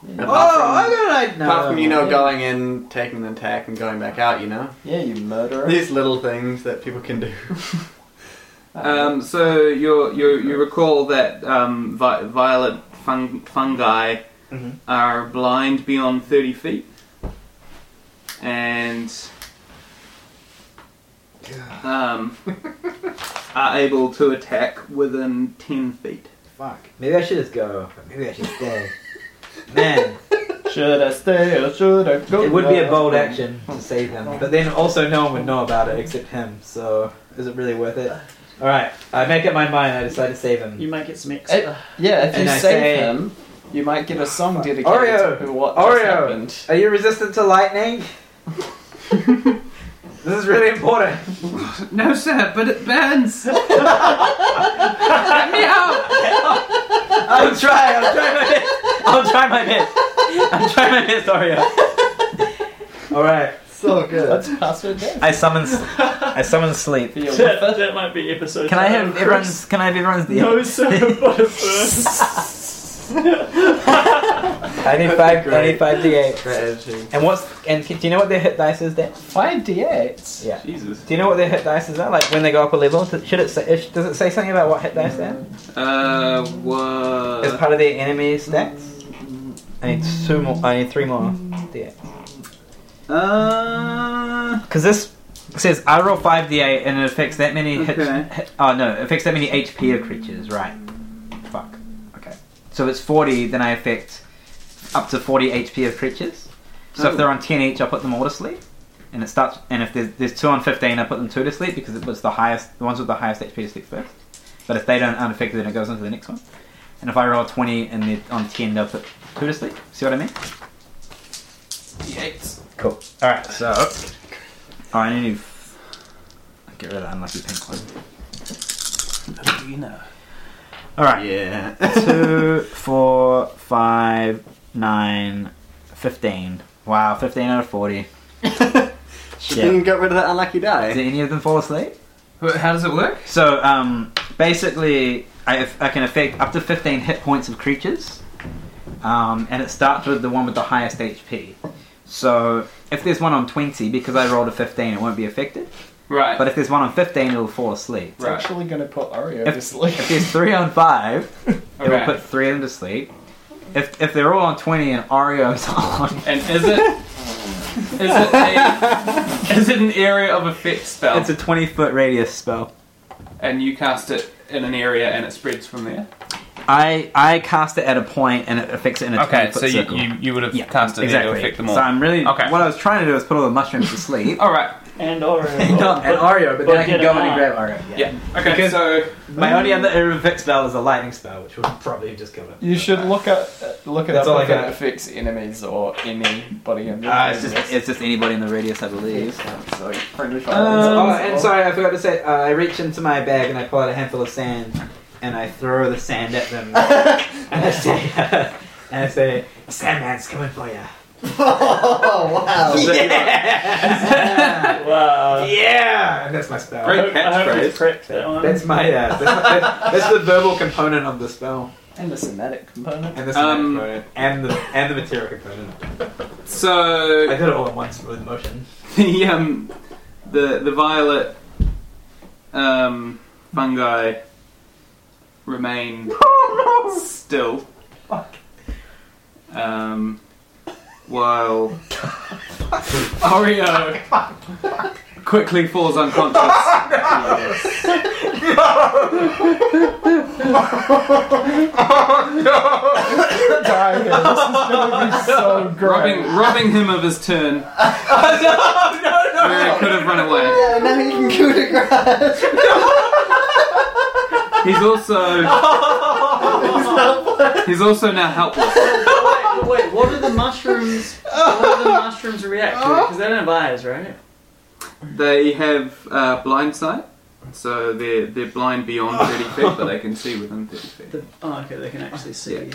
Yeah.
oh, I got an idea. No,
Apart from, you know,
yeah.
going in, taking the attack, and going back out, you know?
Yeah, you murderer.
These little things that people can do.
Ah.
Um, so you you you recall that um, vi- violet fung- fungi
Mhm.
are blind beyond thirty feet, and
(laughs)
um, are able to attack within
(laughs)
ten feet.
Fuck. Maybe I should just go. Maybe I should
(laughs)
stay. Man,
Should I stay or should I go?
it would be a bold action to save him, but then also no one would know about it except him. So, is it really worth it? All right, I make up my mind. I decide to save him.
You might get some
(laughs)
extra.
It- yeah, if you
And I
save
say-
him, you might get a song dedicated
Oreo!
to what
Oreo!
just happened.
Are you resistant to lightning? this is really important.
No, sir, but it burns. Let me out.
I'll try. I'll try my best. I'll try my best. I'll try my best,
uh,
Oreo. All right.
so good.
That's password death.
I summon. s- I summon sleep.
Be a
that,
whiffer.
that might be episode.
Can I
title,
have
Chris.
(laughs) everyone's? Can I have everyone's? (laughs)
No, sir, but a first.
I need five. I need five d8.
Great attitude.
And what's? And do you know what their hit dice is? Then?
Five d8s.
Yeah.
Jesus.
Do you know what their hit dice is? Are? Like when they go up a level? Should it say? Does it say something about what hit dice they're?
Uh,
It's
what?
part of the enemy stacks. I need two more. I need three more. Yeah.
Uh,
Because this says I roll five d8 and it affects that many hit,
Okay.
hit- Oh no, it affects that many HP of creatures. Right. Fuck. Okay. So it's 40. Then I affect up to 40 HP of creatures. So
Oh.
if they're on 10 each, I put them all to sleep. And it starts. And if there's, there's two on 15, I put them two to sleep because it was the highest. The ones with the highest HP to sleep first. But if they don't unaffected, then it goes on to the next one. And if I roll 20 and they're on 10, they'll put two to sleep. See what I mean?
Yates.
Cool. All right. So, oh, I need to f- get rid of that unlucky pink one.
You know.
All right.
Yeah. (laughs)
Two, four, five, nine, fifteen. Wow, fifteen out of (laughs) forty.
Shit. Didn't get rid of that unlucky
Did
(laughs) die.
any of them fall asleep?
Wh- How does it work?
So, um, basically, I, I can affect up to fifteen hit points of creatures, um, and it starts with the one with the highest HP. So, if there's one on twenty, because I rolled a fifteen, it won't be affected.
Right.
But if there's one on fifteen, it'll fall asleep.
It's
Right.
actually going to put Oreo
If-
to sleep.
If there's three on five, it will
Okay.
put three of them to sleep. If, if they're all on 20 and Oreo's (laughs) on,
And is
(laughs)
it is it a, is it an area of effect spell?
it's a 20 foot radius spell.
and you cast it in an area and it spreads from there.
I, I cast it at a point and it affects it in a 20 foot circle.
you would have
yeah, exactly. So I'm really.
Okay.
What I was trying to do was put all the mushrooms to (laughs) sleep.
All right.
And Oreo.
(laughs) and Oreo, Oh. but then I can
get
go
an
in and
eye.
grab Oreo. Yeah.
Yeah. Okay.
Because-
so
My only other effect spell is a lightning spell, which would probably have just killed it.
(laughs) You should look at look it
That's all
up
I
if it
got.
affects enemies or anybody in the
Uh, it's just it's just anybody in the radius, I believe.
it's like friendly fire.
Um,
oh, and sorry, I forgot to say. Uh, I reach into my bag and I pull out a handful of sand, and I throw the sand at them, (laughs)
Oh,
and I say, (laughs) and I say, "Sandman's coming for you."
oh, wow.
(laughs) yeah,
Wow.
yeah. That's my spell.
Great.
I hope you cracked that one.
That's my uh, that's, my, that's, that's the verbal component of the spell,
and the somatic component.
and the somatic
Um,
component, and the and the material component. I
so
did it all at once with motion.
(laughs) the um the the violet um fungi remain still. Um, while Oreo quickly falls unconscious. (laughs)
Die here. This is gonna be so
robbing,
great.
robbing him of his turn. Where he could have run away.
Yeah, now you can (laughs) coup de grace.
He's also he's also now helpless.
Wait, wait, what are the mushrooms? What do the mushrooms react to? Because they don't have eyes, right?
They have uh, blindsight, So they're they're blind beyond thirty feet, but they can see within thirty feet.
The, oh, okay, they can actually see.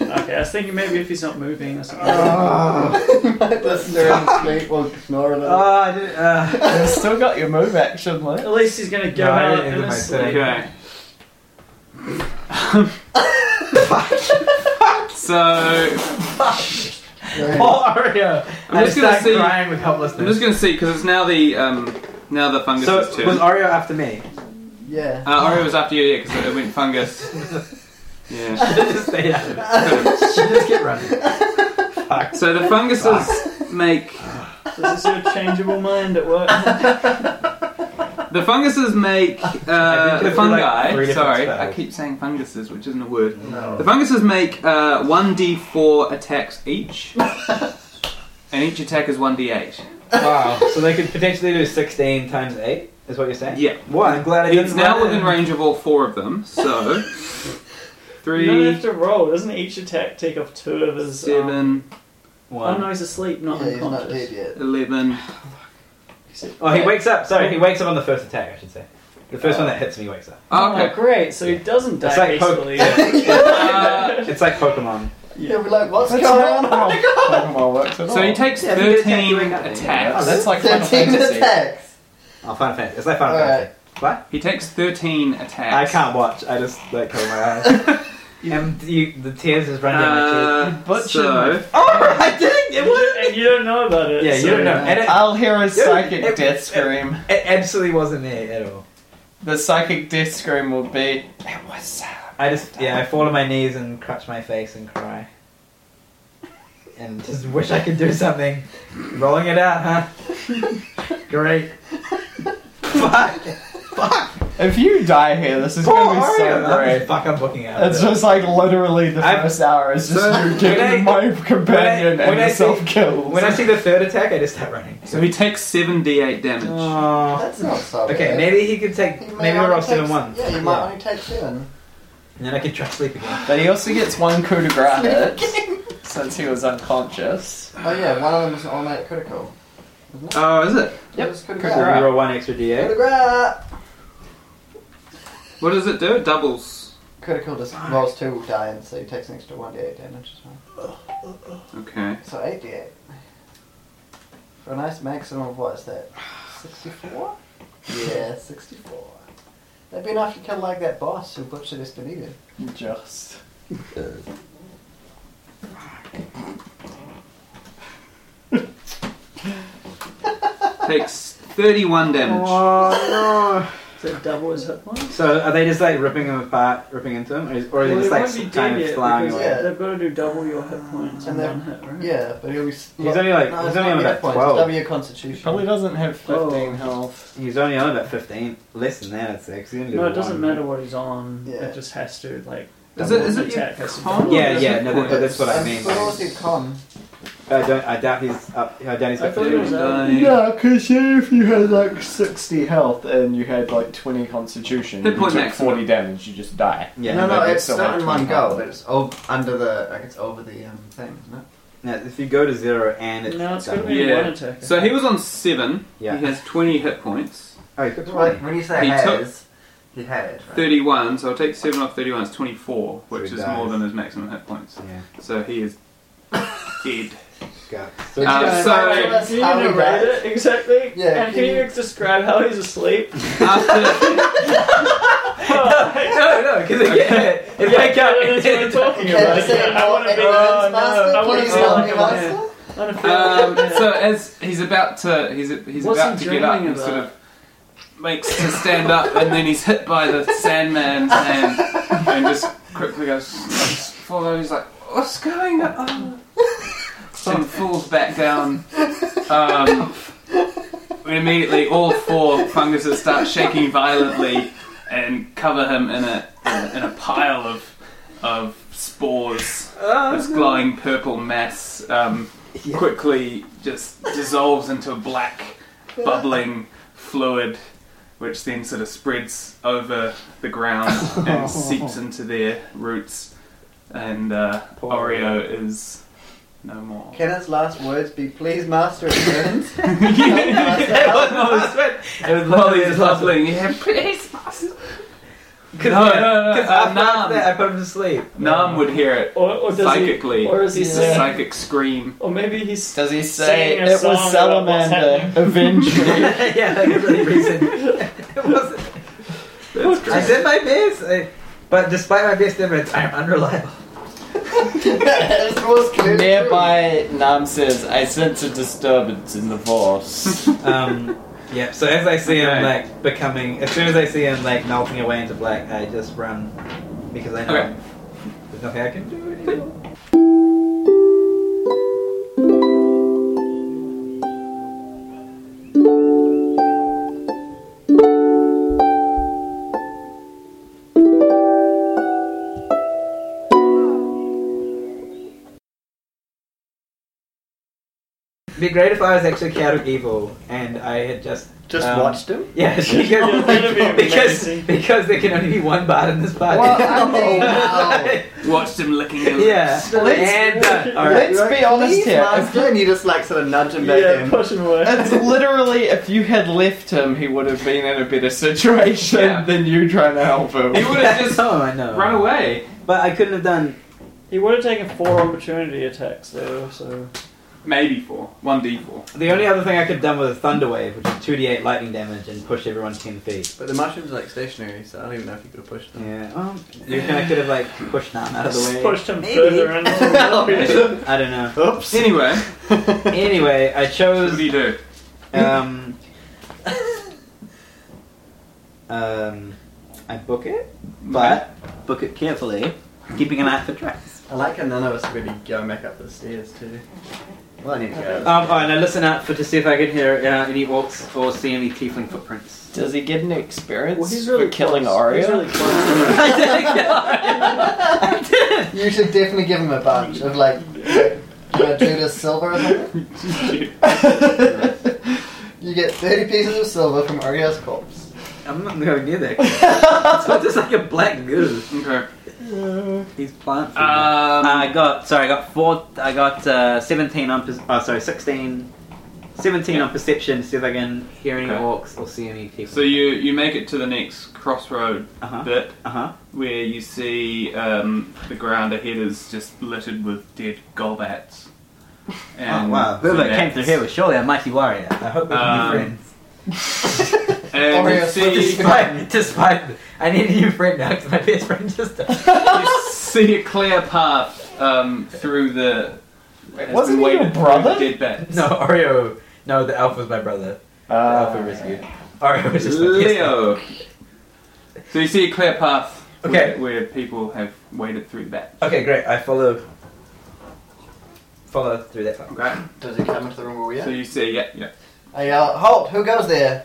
Okay, I was thinking maybe if he's not moving or something.
Oh.
Listener (laughs) in sleep will snore a little.
I did. (laughs) Uh,
You've still got your move action, like.
At least he's gonna go
No, I
out
didn't
in
hit
a
my
sleep.
Okay. so
Right.
I'm just gonna see. I'm
crying with helplessness.
just gonna see because it's now the um now the fungus
so
is turn.
was Oreo after (laughs) me?
Yeah.
uh, Oreo was after you, yeah, because it went
(laughs)
fungus. Yeah.
Stay out of it. (laughs)
just get running.
So the funguses make
This is your changeable mind
(laughs)
at work.
the funguses make
(laughs)
uh,
I
the
think it'd be like
fungi.
three different
sorry, I
spells.
keep saying funguses, which isn't a word. The
No.
funguses make uh, 1d4 attacks
(laughs)
each, and each attack is 1d8.
Wow. So they could potentially do 16 times 8, is what you're saying?
Yeah.
Well, I'm glad I didn't.
It's now
run
within
in.
range of all four of
(laughs)
them, so.
You don't
three,
have to roll. Doesn't each attack take off two of his? um,
seven,
Oh no, he's asleep, not
Yeah, he's not
unconscious.
dead yet.
eleven.
Oh, he wakes up. Sorry, he wakes up on the first attack, I should say. The first one that hits me wakes up.
Oh, okay.
Oh, great. So he doesn't die
It's like poke-
peacefully.
(laughs)
Uh,
It's like Pokemon.
He'll be like, what's going
Oh
on?
Pokemon works at
so he takes
Yeah, if you attack,
13
you wake up, yeah.
Oh,
attacks.
that's like Final
13
Fantasy.
(laughs)
attacks.
Oh, Final Fantasy. It's like Final
Alright.
Fantasy.
He takes 13
I
attacks.
can't watch. I just like cover my (laughs) eyes. and you, the tears just run down my cheek.
Uh, so,
oh, I didn't. It Uh, wasn't.
(laughs) and you don't know about it.
Yeah,
so
you don't know. And it,
I'll hear a psychic
it-
death scream.
it absolutely wasn't there at all.
the psychic death scream will be. It was.
I just yeah, I fall on my knees and crutch my face and cry. And just wish I could do something. Rolling it out, huh? (laughs) Great. Fuck.
If you die here, this is
Poor
gonna be so
Oreo.
great.
Fuck, I'm booking out.
It's just like literally the
I'm-
first hour is just
So-
you getting
when I-
my companion
when I- when I
and
see-
self kills.
when I see the third attack, I just start running.
so he takes 7d8 damage.
Oh.
That's not so
Okay,
bad.
maybe he could take.
You may
Maybe we're
only
off
take
seven
s-
one.
Yeah, you might only take seven.
And then I could try to sleep again.
But he also gets one coup de (laughs) grace hit, since he was unconscious.
Oh yeah, one of them is an automatic critical.
Oh, is it?
Yep. It's critical.
So
Critical.
we roll one extra d8.
What does it do? It doubles.
Critical just rolls two die and so he takes an extra 1d8 damage as well.
Okay.
So 8d8. For a nice maximum of what is that? 64? (laughs) yeah, 64. That'd be enough to kill like that boss who butchered Espinita.
Just.
Takes 31 damage.
Oh
So double his hit points.
no! So are they just like ripping him apart, ripping into him, or is, or is
Well,
it
he won't
just
be
like
dead
kind of
yet
flying
because
away?
yeah.
They've got to do double your hit points in one
And then-
hit, right?
Yeah, but he'll be. He's
only, like- he's only on about 12.
Double your constitution.
Probably doesn't have 15
Oh.
health.
He's only on about 15. Less than that, I'd say. 'cause he only
No,
did
it
one.
doesn't matter what he's on.
Yeah.
It just has to like.
Is it, is it your
attack has to
con?
double.
Yeah, yeah, no, that, that's what I
I'm
mean.
But also your con.
I don't. I doubt he's up. I doubt he's
I
up
thought it was
to
out.
Die.
Yeah, because if you had like 60 health and you had like 20 constitution,
Hit
you
point
took
maximum.
40 damage, you just die.
Yeah.
no,
but
no,
that's
it's
still
not
like
in one
25.
go, but it's over, under the. Like it's over the um, thing, isn't it?
Now, if you go to zero and it's
No, it's
done.
going to be
Yeah.
one attack.
So he was on 7.
Yeah.
He has 20 hit points.
Oh, he's got
Right,
20.
when you say
He
has,
took-
he has. Right?
31, so I'll take 7 off 31, it's 24,
So
which
he
is
dies.
more than his maximum hit points.
Yeah.
So
(laughs)
he is dead.
Got.
So
Uh,
it's-
so-
that's
Do you
how
need to
he
rate
dies.
it exactly?
Yeah,
And
can
can you
you-
describe how he's
(laughs)
asleep? Oh,
After,
No, no,
(laughs)
because again, if I
I don't
count,
know what we're talking
Can
about.
you say
I want to
more
be.
evidence, Master?
I wanna
Can you
be
tell
like
me
a
what's
man.
that?
I wanna feel
Uh,
um, (laughs)
like-
so as he's about to, he's he's
What's
about
he
to get up
dreaming
and sort
about?
of makes to stand up, and then he's hit by the Sandman's hand and just quickly goes just fall over. He's like, "What's going
(laughs)
on?" and falls back down. Um, and immediately, all four funguses start shaking violently and cover him in a in a, in a pile of of spores this glowing purple mass um, quickly just dissolves into a black bubbling fluid which then sort of spreads over the ground and seeps into their roots and uh,
Poor
Oreo is no more.
Can its last words be, please, master, it (laughs) burns?
(laughs)
That wasn't on the script. It was
Lolly
literally
is
just last
lovely. Yeah, please, master.
(laughs) Because
No, no, no, uh, Nam.
I put him to sleep.
Nam would hear it
Or, or does
psychically.
he? Or is he
It's a
saying?
psychic scream.
Or maybe he's.
Does he say
Singing a
it
song
was
about what's
salamander? Eventually,
(laughs) yeah, like a really recent. (laughs) it wasn't.
That's
I
great.
did my best, I, but despite my best efforts, I'm unreliable.
(laughs)
It's the most clear truth.
nearby Nam says, "I sense a disturbance in the force."
(laughs) Um, yeah. So as I see him
Okay.
like becoming, as soon as I see him like melting away into black, I just run because I know
Okay.
there's nothing I can do anymore. It'd be great if I was actually Cat of Evil and I had just
Just
Um,
watched him?
(laughs)
(laughs)
yeah,
Oh
because,
my
(laughs)
God.
because because there can only be one bard in this party.
Well, I
(laughs)
mean-
Watched him licking your
yeah.
lips.
And (laughs) done. All right.
Let's be honest
please,
here.
master, and you just like sort of nudge him back
yeah,
in.
push him away.
It's literally if you had left him, he would have been in a better situation
Yeah.
than you trying to help
He
him.
would have just
Oh, I know.
run away.
But I couldn't have done.
He would have taken four opportunity attacks though, so
Maybe four. One D four.
The only other thing I could have done was a thunder wave, which is two d eight lightning damage and push everyone ten feet.
But the mushrooms are like stationary, so I don't even know if you could have pushed them.
Yeah. Um, you reckon I could have like pushed Nam out of the way?
pushed him
Maybe.
further into
(laughs)
the
I don't know.
Oops.
Anyway,
Anyway, I
what do
chose
you do?
um um I book it, but
Book it carefully, keeping an eye for traps.
(laughs) I like how none of us are really going back up the stairs, too. Well, I need to go.
Um, alright, now listen out for to see if I can hear uh, any walks or see any tiefling (laughs) footprints.
Does he get an experience
Well, he's really
for killing
close.
Arya?
He's really close.
I didn't kill I didn't.
You should definitely give him a bunch of like uh, Judas silver or something.
(laughs)
you get 30 pieces of silver from Ariel's corpse.
I'm not going near that. it's not just like a black goo.
Okay.
He's plants.
Um,
Uh, I got sorry. I got four. I got uh, seventeen on. Per- oh, sorry, sixteen. Seventeen on perception. See if I can hear any
Okay.
orcs or see any people.
so you you make it to the next crossroad
uh huh.
bit
Uh huh.
where you see um, the ground ahead is just littered with dead gobbats.
Oh wow! Whoever came through here was surely a mighty warrior.
I hope we
Um,
can be friends.
And you
Ariel's with his
see,
gun.
Despite, despite, I need a new friend now because my best friend just died.
you see a clear path um, through the. has
wasn't
been
he your
waded through
brother?
the Dead bats.
No, Oreo. No, the elf was my brother. The
Ah,
elf we rescued. Oreo was just my best friend.
Leo. (laughs) So you see a clear path
Okay.
where, where people have waded through the bat.
Okay, great. I follow. Follow through that path.
Okay.
Does he come into the room where we
So
are?
you see, yeah, yeah.
I yell, halt, who goes there?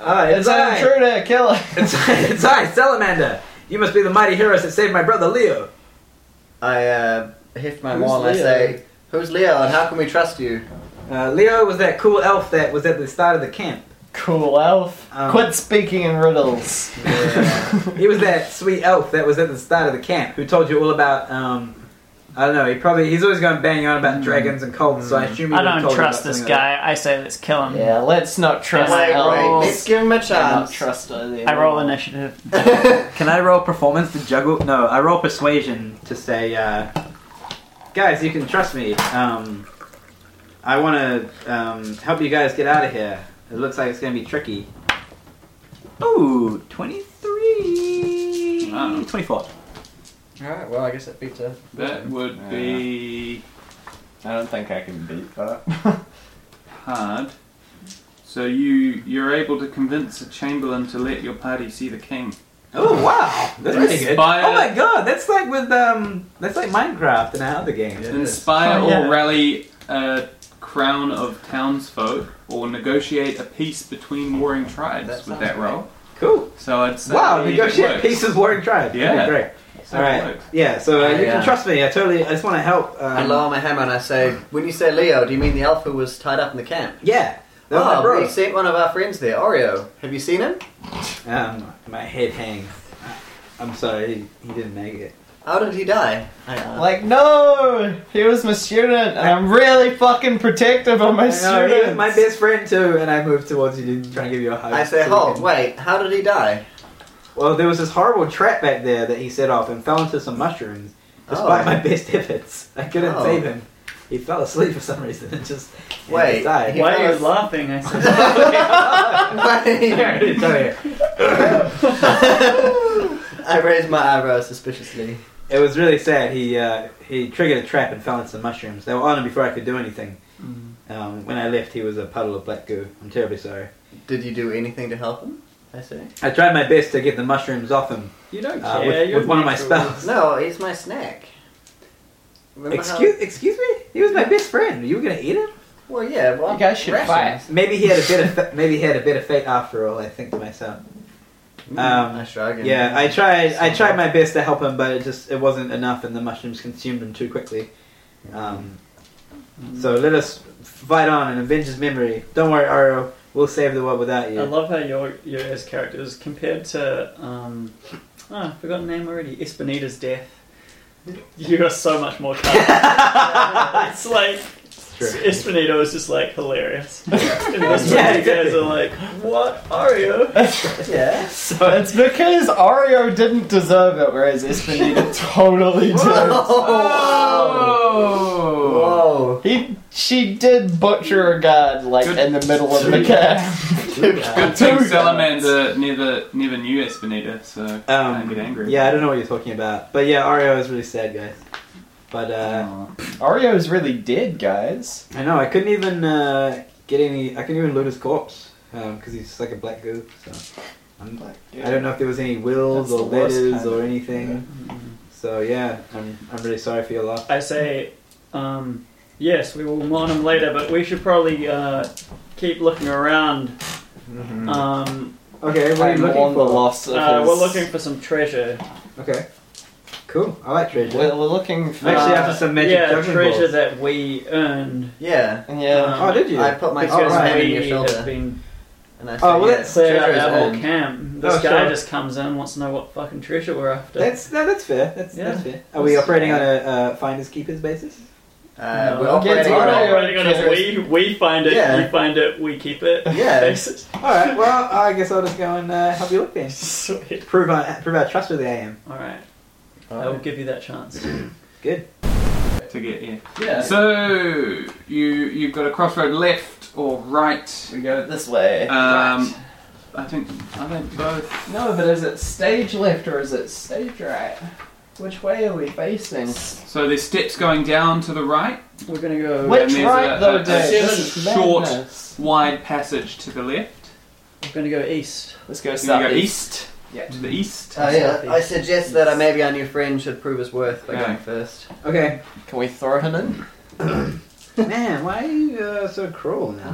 Ah, it's,
It's an
I.
intruder, killer.
It's, it's I, Salamander. You must be the mighty heroes that saved my brother Leo.
I uh, heft my
Who's
wall and I
Leo?
say, who's Leo and how can we trust you?
Uh, Leo was that cool elf that was at the start of the camp.
Cool elf.
Um,
Quit speaking in riddles.
He was that sweet elf that was at the start of the camp who told you all about. Um, I don't know. He probably he's always going banging on about dragons and cults. So I assume he
I
would've told
don't
you
trust
about
this
something like
guy. I say let's kill him.
(laughs) Yeah, let's not trust
Wait, wait,
elves.
let's give him a
And not
chance.
trust them.
I roll initiative.
that. Can I roll performance to juggle? No, I roll persuasion to say, uh, guys, you can trust me. Um, I want to um, help you guys get out of here. It looks like it's going to be tricky. Ooh, 23.
Wow.
24.
(laughs) Alright, well, I guess that beats her.
That would
Yeah.
be
I don't think I can beat that.
hard. So you you're able to convince a chamberlain to let your party see the king.
Oh wow, that's pretty good.
Inspire-
Oh my god, that's like with um, that's like Minecraft and our other games.
Inspire
Oh, yeah.
or rally a crown of townsfolk, or negotiate a peace between warring tribes
That
with
sounds
that
right.
roll.
Cool.
So I'd say
Wow,
it
negotiate
works.
pieces, warring tribes.
Yeah.
That'd be great.
So
All
it
right.
works.
Yeah. So uh, you
I,
can
uh,
trust me. I totally. I just want to help. Um,
I lower my hammer and I say, when you say Leo, do you mean the elf who was tied up in the camp?
Yeah. That was my
Oh, we
bro.
sent one of our friends there, Oreo. Have you seen him?
Um, my head hangs. I'm sorry, he, he didn't make it.
How did he die? I uh, asked.
Like, no, he was my student, and I'm really fucking protective of my
I know, he was
students.
my best friend too, and I moved towards you to try and give you a hug.
I say,
so we
hold,
can-
wait, how did he die?
Well, there was this horrible trap back there that he set off and fell into some mushrooms. Despite
Oh.
my best efforts, I couldn't
Oh.
save him. He fell asleep for some reason and just and
Wait,
died. (laughs)
he-
Why are you
knows?
laughing? I said.
There it is, over here.
(laughs) I raised my eyebrows suspiciously.
It was really sad. He uh, he triggered a trap and fell into some mushrooms. They were on him before I could do anything. Um, when I left, he was a puddle of black goo. I'm terribly sorry.
Did you do anything to help him? I say.
I tried my best to get the mushrooms off him
you don't care.
uh, with,
you're
with one of my
neutral. (laughs)
spells.
No, he's my snack. Remember how-
Excuse excuse me. He was my best friend. You were gonna eat him?
Well, yeah. Well,
You guys should
rations.
fight.
Maybe he had a better fa- maybe he had a better fate after all. I think to myself.
Mm,
Um,
I shrug. and-
Yeah, I tried. I tried my best to help him, but it just it wasn't enough, and the mushrooms consumed him too quickly. Um,
Mm.
so let us fight on and avenge his memory. Don't worry, Aro. We'll save the world without
I
you.
love how your your as characters compared to um oh, I forgot the name already. Espinita's death. You are so much more
(laughs)
calm. it's like
True.
Espinito is just like hilarious. and
(laughs)
this
Yeah,
one you guys
exactly.
are like, what
(laughs)
Oreo?
Yeah.
So it's because Oreo didn't deserve it, whereas
(laughs)
Espinita totally did.
Oh!
Whoa.
He, she did butcher a guard like
Good
in the middle of the camp. (laughs)
Uh, Good thing
Two
Salamander never never knew Espinita, so
Um,
don't get angry.
yeah, I don't know what you're talking about, but yeah, Ario is really sad, guys. But uh,
Aw.
Oreo's really dead, guys.
I know I couldn't even uh, get any. I couldn't even loot his corpse because he's just like a black goo. So I'm, I don't know if there was any wills
That's
or
the worst
letters
kind
or
of-
anything. So yeah, I'm I'm really sorry for your loss.
I say, um, yes, we will mourn him later, but we should probably uh, keep looking around.
Hmm.
Uh-huh.
Um,
Okay, what are
I
you looking
mourn
for?
the loss of
uh,
his-
we're looking for some treasure.
Okay. Cool. I like treasure.
We're, we're looking for.
Actually,
Uh,
after some magic
yeah,
juggling
treasure
balls.
that we earned.
Yeah.
yeah.
oh, did you?
I put my
Because
arm
Alright.
right.
we
in your shoulder.
have been
and I say,
Oh, well,
yeah,
that's
cleared out
treasure
our
is
whole
owned.
camp. This
Oh,
guy
sure.
just comes in, wants to know what fucking treasure we're after.
that's no, that's fair. That's,
Yeah.
that's fair. Are we operating on a uh, finders keepers basis?
Uh,
No.
we're
Get
operating
it
on
out of
a-
your-
Operating on a we, we find it,
Yeah.
you find it, we keep it. (laughs)
Yeah.
basis.
All right. Well, I guess I'll just go and uh, help you look then.
Sweet.
Prove our prove our trust with the AM.
Alright, I will
Alright.
give you that chance.
To get yeah.
Yeah.
So you you've got a crossroad left or right.
we go this way.
Um,
Right.
I think I think both.
No, but is it stage left or is it stage right? Which way are we facing?
So there's steps going down to the right,
We're gonna go.
Wait.
Which
there's
right
a-
though,
a- a
Dave? This is
short-
madness.
wide passage to the left.
We're gonna go east.
Let's go
So you
southeast.
go east.
Yeah.
To the east.
Oh, yeah. I suggest that uh, maybe our new friend should prove his worth by
Yeah.
going first.
Okay.
Can we throw him in?
Man, why are you uh, so cruel now?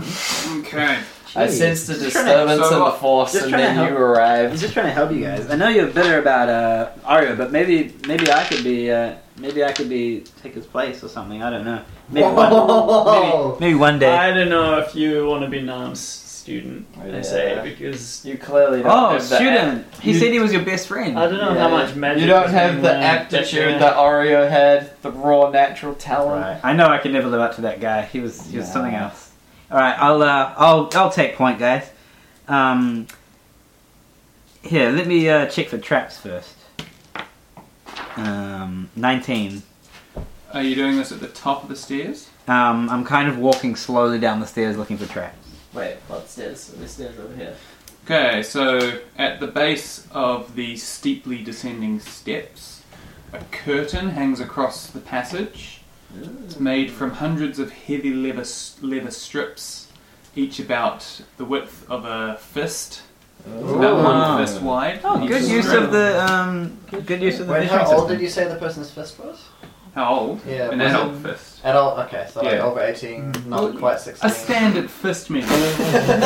Okay.
I
Jeez.
sensed a
Just trying
disturbance
so
in the
what?
force,
Just
and
trying to
then you
help.
I'm
arrived.
just trying to help you guys. I know you're bitter about uh, Ario, but maybe maybe I could be uh, maybe I could be take his place or something. I don't know. Maybe
Whoa.
one, maybe, maybe one day.
I don't know if you want to be Nam's student, I say,
Yeah.
because
You clearly don't
Oh,
have the
student! He
You-
said he was your best friend.
I don't know
Yeah.
how much
apt-
magic.
You don't
was
have
in
the
that
aptitude
ditch.
that Oreo had, the raw natural talent.
Right. I know I can never live up to that guy. He was he was
Nah.
something else. All right, I'll uh, I'll I'll take point, guys. Um, here, let me uh, check for traps first. Um, nineteen.
Are you doing this at the top of the stairs?
Um, I'm kind of walking slowly down the stairs looking for traps.
Wait, what stairs? There's stairs over here.
Okay, so at the base of the steeply descending steps, a curtain hangs across the passage. It's made from hundreds of heavy leather, leather strips, each about the width of a fist. It's about
Ooh.
one fist wide.
Oh,
each
good use
strip.
of the um, good use of the
Wait,
measuring
how old did
system.
you say the person's fist was?
How old?
Yeah,
An
was
adult fist.
Adult? Okay, so like
Yeah.
over 18, not
Well,
quite
A
16.
standard fist measure.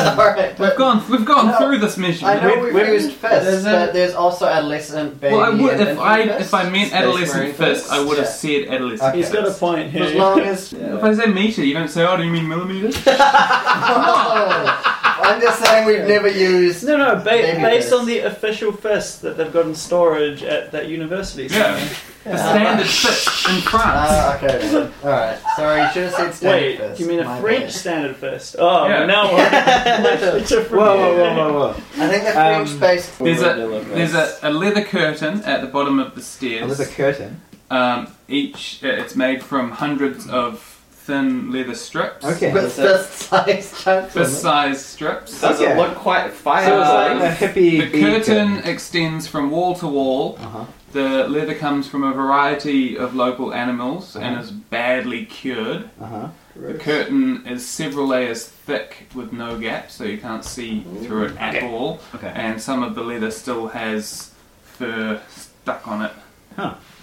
(laughs) Alright.
We've gone, we've gone
No,
through this
I
measurement.
know we've,
we've-
used fists,
there's a-
but there's also adolescent baby
well, I would,
and
if
infant
I
fists.
if I meant
Space
adolescent
marine
fist,
fist.
I would have
Yeah.
said adolescent.
Okay.
He's
fist.
got a point here.
As long
(laughs)
as...
If I say meter, you don't say, oh, do you mean millimeters?
No. Oh, I'm just saying we've never used...
No, no, ba-
Maybe
based
this.
on the official fist that they've got in storage at that university.
Yeah. The standard six in France.
Ah, okay. then. All right. Sorry, you should have said standard
Wait,
first.
you mean a
My
French
bad.
standard first? Oh,
Yeah. (laughs)
now we're (laughs) it's a French.
Whoa, whoa, whoa, whoa, whoa.
I think the
Um,
French based.
There's a-
Regular
There's a,
race.
a leather curtain at the bottom of the
Oh, there's
stairs.
a curtain.
Um, each uh, it's made from hundreds of thin leather strips,
Okay.
With (laughs) fist-sized chunks.
fist sized strips.
Does
Okay.
it look quite fire?
So
(laughs)
it's like a
The
hippie bee
curtain extends from wall to wall.
Uh-huh.
The leather comes from a variety of local animals and is badly cured.
Uh-huh.
The curtain is several layers thick with no gaps, so you can't see through it at all.
Okay.
And some of the leather still has fur stuck on it.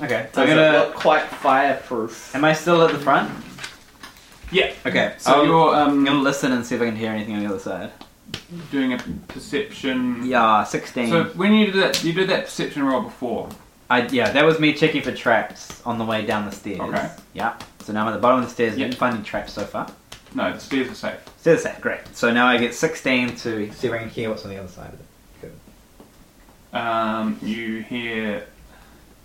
Okay.
Does
I'm
it
gonna.
look quite fireproof?
Am I still at the front?
Yeah.
Okay.
So
I'll-
you're um,
I'm gonna listen and see if I can hear anything on the other side.
doing a perception.
Yeah, sixteen.
So when you did that, you did that perception roll before.
I yeah, that was me checking for traps on the way down the stairs.
Okay.
Yeah. So now I'm at the bottom of the stairs.
Yeah.
Didn't find any traps so far.
No, the stairs are safe.
So that's that. Great. So now I get sixteen to.
See if I can hear what's on the other side of it.
Um, you hear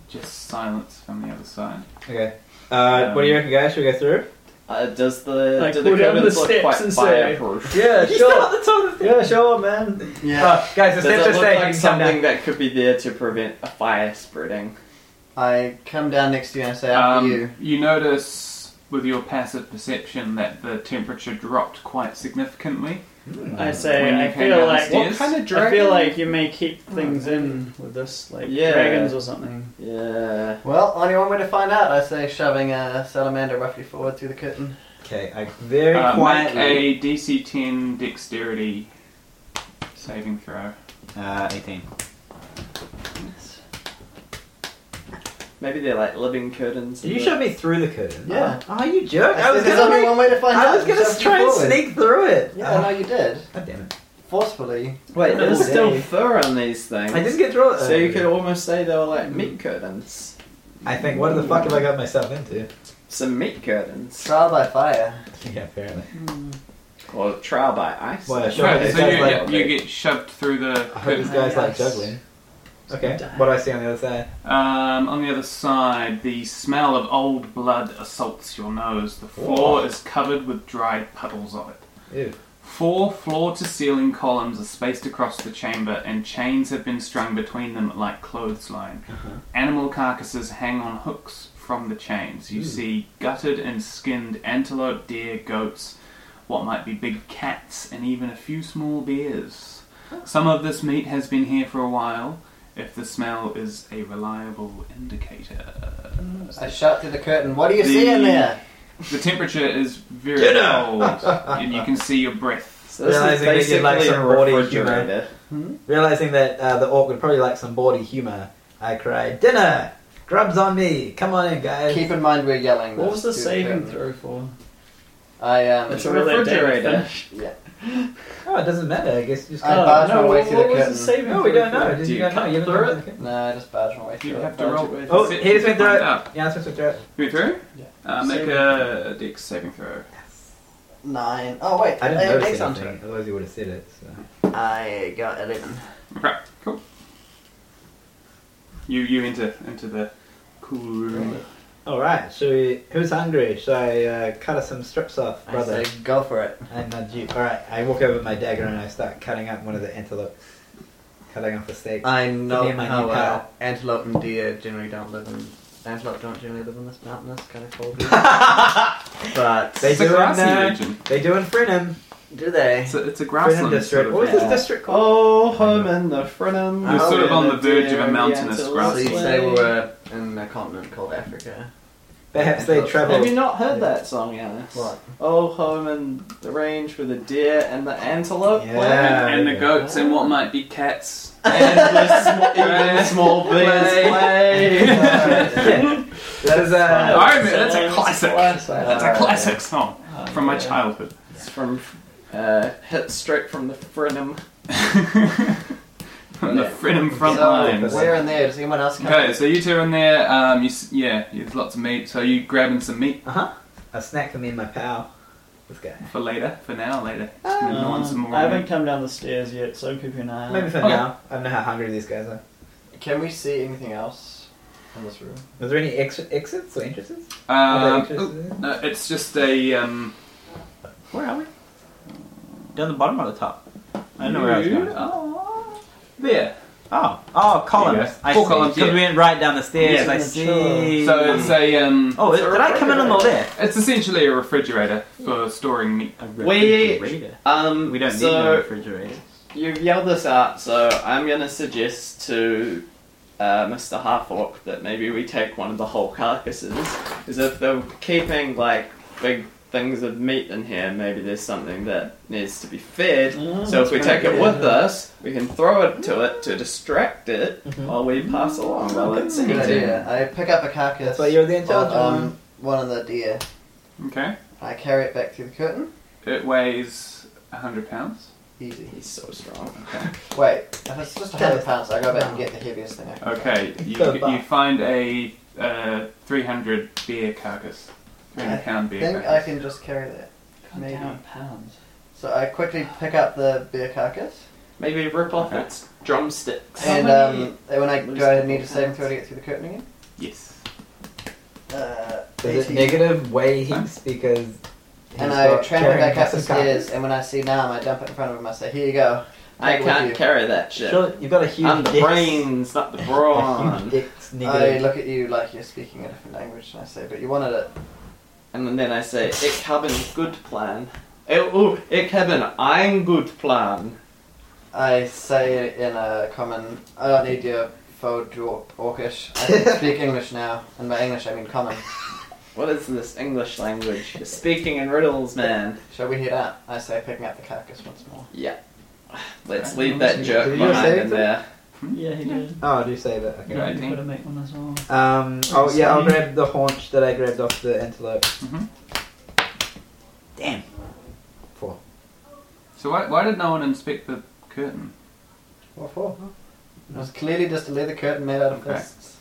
just silence from the other side.
Okay. Uh,
Um,
what do you reckon, guys? Should we go
(laughs)
through?
Uh, does the
Like,
do the
pull down
curtains
the
look
steps
quite
and say-
fireproof?
Yeah,
Still at the top of the
Yeah, sure, man.
Yeah.
Oh, guys, the
Does
steps
it
are
look
safe.
like
you can come
something
down.
that could be there to prevent a fire spreading?
I come down next to you and I say, after you.
Um, you notice with your passive perception that the temperature dropped quite significantly.
I say,
Mm, When you
I
came
feel
down the
like
stairs? What
kind of
I
dragon?
feel like you may keep things in with this, like
Yeah.
dragons or something.
Yeah.
Well, only one way to find out, I say, shoving a salamander roughly forward through the curtain.
Okay, I very
Uh, make
quietly.
a DC 10 dexterity saving throw.
Uh, eighteen.
Maybe they're like living curtains.
Did you
and
showed me through the curtain?
Yeah.
Oh, you jerk! I,
I
was
said, there's
gonna,
only
make,
one way to find out.
I was gonna
shove it
try and
forward.
sneak through it.
Yeah, I know you did.
God damn it!
Forcefully.
Wait, there's
Oh,
still
dang.
fur on these things.
I didn't get through it.
So you could almost say they were like meat curtains.
I think. What the fuck have I got myself into? (laughs)
Some meat curtains.
Trial by fire.
Yeah, apparently.
Or trial by ice.
Well, sure.
Right,
it
so
sounds
you,
like-
you get shoved through the
I hope
curtain.
this guy's like
Yes.
juggling. Okay. What do I see on the other side?
Um, on the other side, the smell of old blood assaults your nose. The
Oh.
floor is covered with dried puddles of it.
Ew.
Four floor to ceiling columns are spaced across the chamber, and chains have been strung between them like clothesline. Animal carcasses hang on hooks from the chains. You see gutted and skinned antelope, deer, goats, what might be big cats, and even a few small bears. Some of this meat has been here for a while, if the smell is a reliable indicator.
I shout through the curtain. What do you
The-
see in there?
The temperature is very
Get
cold, and you can see your breath.
So this
Realizing that
is
you'd like
basically a
some body humor.
refrigerator.
Realizing that uh, the orc would probably like some bawdy humor, I cry, "Dinner! Grubs on me! Come on in, guys!"
Keep in mind we're yelling.
What was
this
the
through
saving
curtain.
throw for?
I um.
It's a refrigerator.
Oh, it doesn't matter. I guess just.
I
kinda-
barge my
Oh, no,
way
what,
through the
what was the
curtain.
saving
No, Oh, we
throw
don't
for?
know. Did
Do
you
you
guys know?
cut
You
through
haven't done
No, I just barge my way through.
You
it.
have to roll.
Barge it.
Oh, he just went through
Find
it.
out.
Yeah, that's what's through it.
You through?
Yeah.
Uh, make
Saving
a dex saving throw.
Nine. Oh wait,
I didn't
have
notice
eggs on
anything. Otherwise, you would have said it. So.
top. I got eleven.
Right, cool. You you enter into the cool room.
All right. So we, who's hungry? Should I uh, cut us some strips off, brother?
I say go for it.
(laughs) I nudge you. All right. I walk over with my dagger and I start cutting up one of the antelopes, cutting off the steak.
Uh,
I
Give
know
me my
how
new
uh,
pal.
antelope and deer generally don't live in. Antelope don't generally live in this mountainous kind
(laughs)
of cold. but
They
It's
do
a
in
grassy
uh,
region.
they do in Frenum.
do they?
It's a, it's a
Frenum
grassland.
district.
sort
What
of-
was this district called?
Oh, home in the frenum.
We're sort of
on the verge of a mountainous
so
grassy.
you say we were uh, in a continent called Africa.
Perhaps they
Have you
travel.
not heard that song,
(laughs)
uh,
Alice?
What?
Oh, home in the range with the deer and the antelope.
Yeah.
play.
And the goats and what might be cats. (laughs)
And the sm- even small bears
Play.
play.
That is uh,
I remember, that's a classic. That's a
Uh,
classic song (laughs) from my (laughs) childhood.
It's from uh, hit straight from the frenum.
From the
Yeah.
Frenham front
so,
lines.
We're in there. Does anyone else come?
Okay, so you two are in there. Um, you, s- yeah, there's lots of meat. So you grabbing some meat
uh huh. A snack for me and my pal. Um, This guy.
for later, for now, later.
Uh,
Moving on some more
I haven't
meat.
come down the stairs yet, so I'm keeping an eye out.
Maybe for
Okay.
now. I don't know how hungry these guys are.
Can we see anything else?
in this room.
Is there any ex- exits or entrances? Are
Um,
there entrances?
no, it's just a. Um,
Where are we? Down the bottom or the top? I don't know where I was
you
going.
are There.
Oh, oh, columns. I
Four
see.
columns,
Because
yeah.
we went right down the stairs.
Yeah.
I see.
So it's a. Um,
oh, it- did I come in on the left?
It's essentially a refrigerator for storing meat.
We- Um,
we don't need
so
no refrigerator.
You've yelled this out, so I'm going to suggest to uh, Mr. Halfork that maybe we take one of the whole carcasses. Because if they're keeping, like, big things of meat in here, maybe there's something that needs to be fed.
Mm,
so if we
that's a
take it
good idea.
with us, we can throw it to it to distract it while we pass along while it's
Good
eating.
idea. I pick up a carcass.
That's why you're the
of,
intelligent one.
um, one of the deer.
Okay.
I carry it back through the curtain.
It weighs 100 pounds.
Easy.
He's so strong.
Wait, if it's just
(laughs)
a hundred pounds, I go back and get the heaviest thing I can.
Okay. You,
So
g- you
buff.
find a uh, 300 bear carcass. 300 pound
I
bear
think I
carcass.
can just carry that. Maybe.
pounds.
So I quickly pick up the bear carcass,
Maybe rip off its drumsticks.
and
Somebody-
um, and when I
Lose
do, I
couple
need a saving throw to
pounds.
get through the curtain again.
Yes.
Uh,
Is it
18.
negative way heaps because. he's
And I
got
trample
carrying
back up the
massive
stairs,
carcass?
and when I see Nam, I dump it in front of him. I say, "Here you go."
I
Take it with
can't
you."
carry that shit.
Sure, you've got a huge.
I'm the
dex-
brains, not the
a (laughs)
brawn.
huge dex
I
negative.
look at you like you're speaking a different language, and I say, "But you wanted it."
And then I say, Ich habe einen good plan. Oh, oh, ich habe einen good plan.
I say it in a common. I don't need your faux dwarf orcish.
(laughs)
I can speak English now, and by English I mean common.
What is this English language?
(laughs)
You're speaking in riddles, man.
Shall we head out? I say, picking up the carcass once more.
Let's leave that jerk
Did you
behind
say
in
it?
there.
Yeah, he did.
Oh, do save it. Okay.
Yeah, I
You've
think.
got to make one as well.
Um. Oh yeah, I'll
Same.
grab the haunch that I grabbed off the antelope.
Damn.
Four.
So why, why did no one inspect the curtain?
What for? It was clearly just a leather curtain made out of
Okay.
(laughs) fists.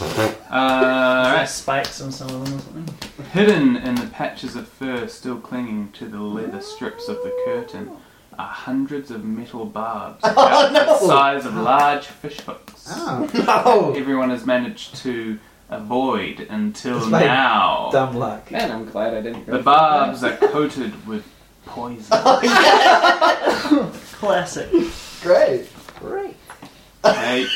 Uh, (laughs) alright.
spikes on some of them or something.
Hidden in the patches of fur still clinging to the leather strips of the curtain are hundreds of metal barbs about the size of large fish hooks.
Ah.
Ah.
Oh.
No!
Everyone has managed to avoid until
It's like
now.
Oh. Dumb luck.
Man, I'm glad I didn't.
The barbs are coated with poison.
Classic.
Great!
Great.
Take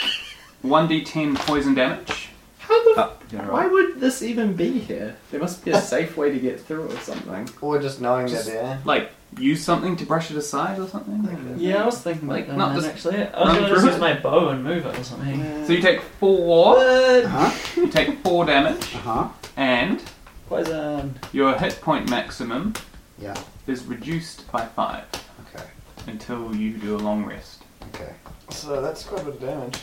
1d10 poison damage.
How the f-
Yeah,
Why would this even be here? There must be
(laughs)
a safe way to get through or something.
Or just knowing
Just-
they're there.
Like, use something to brush it aside or something?
Yeah, I was thinking
Like,
like that.
not
man,
just
actually. I was
run
going to just
through
use
it.
my bow and move it or something.
So you take 4,
Uh-huh.
you take 4 damage,
Uh-huh.
and
Poison.
your hit point maximum
Yeah.
is reduced by 5
Okay.
until you do a long rest.
Okay. So that's quite a bit of damage.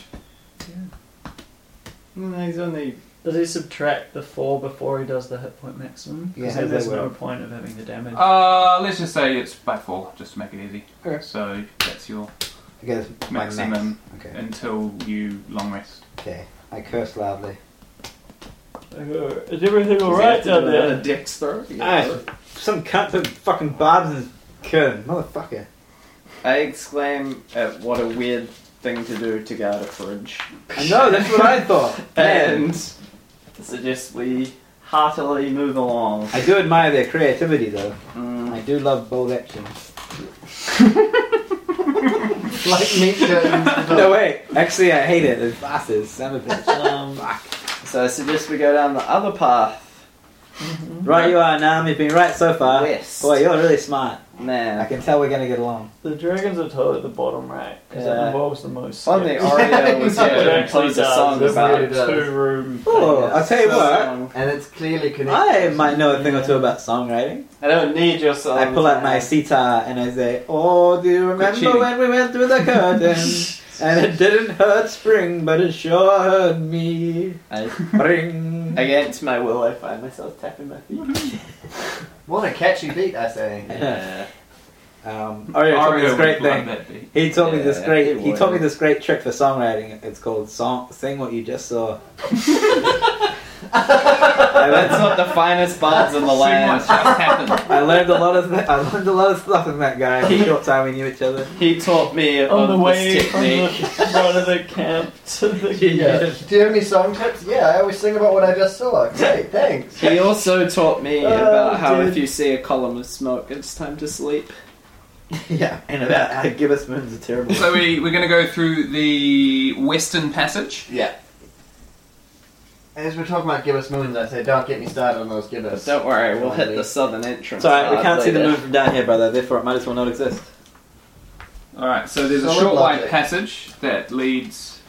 Mm, He's only.
Does he subtract the four before he does the hit point maximum?
Yeah,
Because then there's no point of having the damage.
Uh, let's just say it's by 4, just to make it easy.
Okay.
So that's your
Okay, that's my
maximum
max. Okay.
until you
(laughs)
long rest.
Okay. I curse loudly.
Is everything
Does he have
alright
to
down
do
(laughs)
there?
another dex throw to get
Aye.
through?
Some cunt put fucking barbs in
Curtain, motherfucker.
I exclaim at what a weird thing to do to guard a fridge.
I know, that's what I thought.
And (laughs) suggest we heartily move along.
(laughs) I do admire their creativity though.
Mm.
I do love bold action.
(laughs) Like (laughs) meat curtains.
No wait, actually I hate it. There's bastards, son of a bitch.
Um,
So I suggest we go down the other path.
Right you are, Nam. You've been right so far.
West.
Boy, you're really smart. I
Man.
can tell we're gonna get along.
the dragon's are toe at the bottom right, because
Yeah.
it involves the most.
On the (laughs)
skips. (laughs)
Oreo was
It
here and
actually
played a
does.
song
It's
about
really
it.
two room.
Oh,
Yeah,
I'll tell you
so
what.
song.
and it's clearly connected.
I might know a thing or two about songwriting.
I don't need your song.
I pull out my sitar and I say, Oh, do you remember
cheating.
when we went through the (laughs) curtain? and it didn't hurt spring, but it sure hurt me. Spring. (laughs)
Against my will, I find myself tapping my feet.
(laughs) What a catchy beat, I say. (laughs)
Yeah.
Um, Oreo taught me this
would
great
love
thing.
that beat.
He taught me this
Yeah,
great.
he
He taught me
would.
this great trick for songwriting. It's called song, "Sing What You Just Saw."
That's not the finest bards in the land.
What's just happened?
I learned a lot of th- I learned a lot of stuff from that guy. in The short time we knew each other.
He taught me
On
of
the
this
way from
technique.
(laughs) the road of the camp to the (laughs)
Yeah. Do you have any song tips? Yeah, I always sing about what I just saw.
(laughs)
Great, thanks.
He also taught me
Oh,
about how
dude.
if you see a column of smoke, it's time to sleep.
(laughs) yeah, and about how (laughs) give us moons are terrible.
So we, we're going to go through the Western Passage.
Yeah.
As we're talking about gibbous moons, I say, don't get me started on those gibbous.
Don't worry, we'll hit the southern entrance.
Sorry, we
hard
can't see the
later.
moon from down here, brother. Therefore, it might as well not exist.
All right. So there's a
Solid
short wide
logic.
passage that leads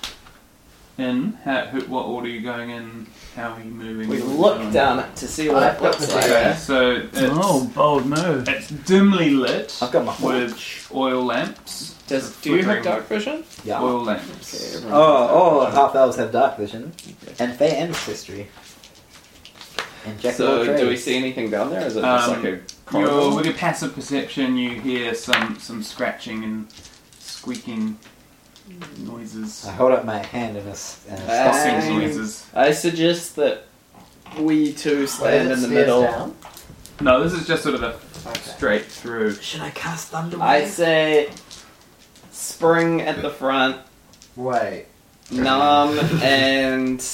in. How, who, what order are you going in? How are you moving?
We
What are you
look
doing?
down it to see what
I've
it
got
looks
the
like.
data.
Okay, so it's,
Oh, bold move.
it's dimly lit
I've got my
with oil lamps.
Does, do you have
Flickering
dark vision?
Yeah.
Oil lamps.
Okay, everyone-
Oh, oh, half elves have dark vision and fair ancestry. And jack of
So,
all
do we
trades.
see anything down there? Is it just
Um,
like a
Your,
corridor?
with your passive perception, you hear some, some scratching and squeaking noises,
I hold up my hand in a, s- in a
Ah.
stop
hissing
I-
noises.
I suggest that we two stand in the middle.
No, this is just sort of a straight through.
Should I cast thunder?
I say spring at the front,
Wait.
numb and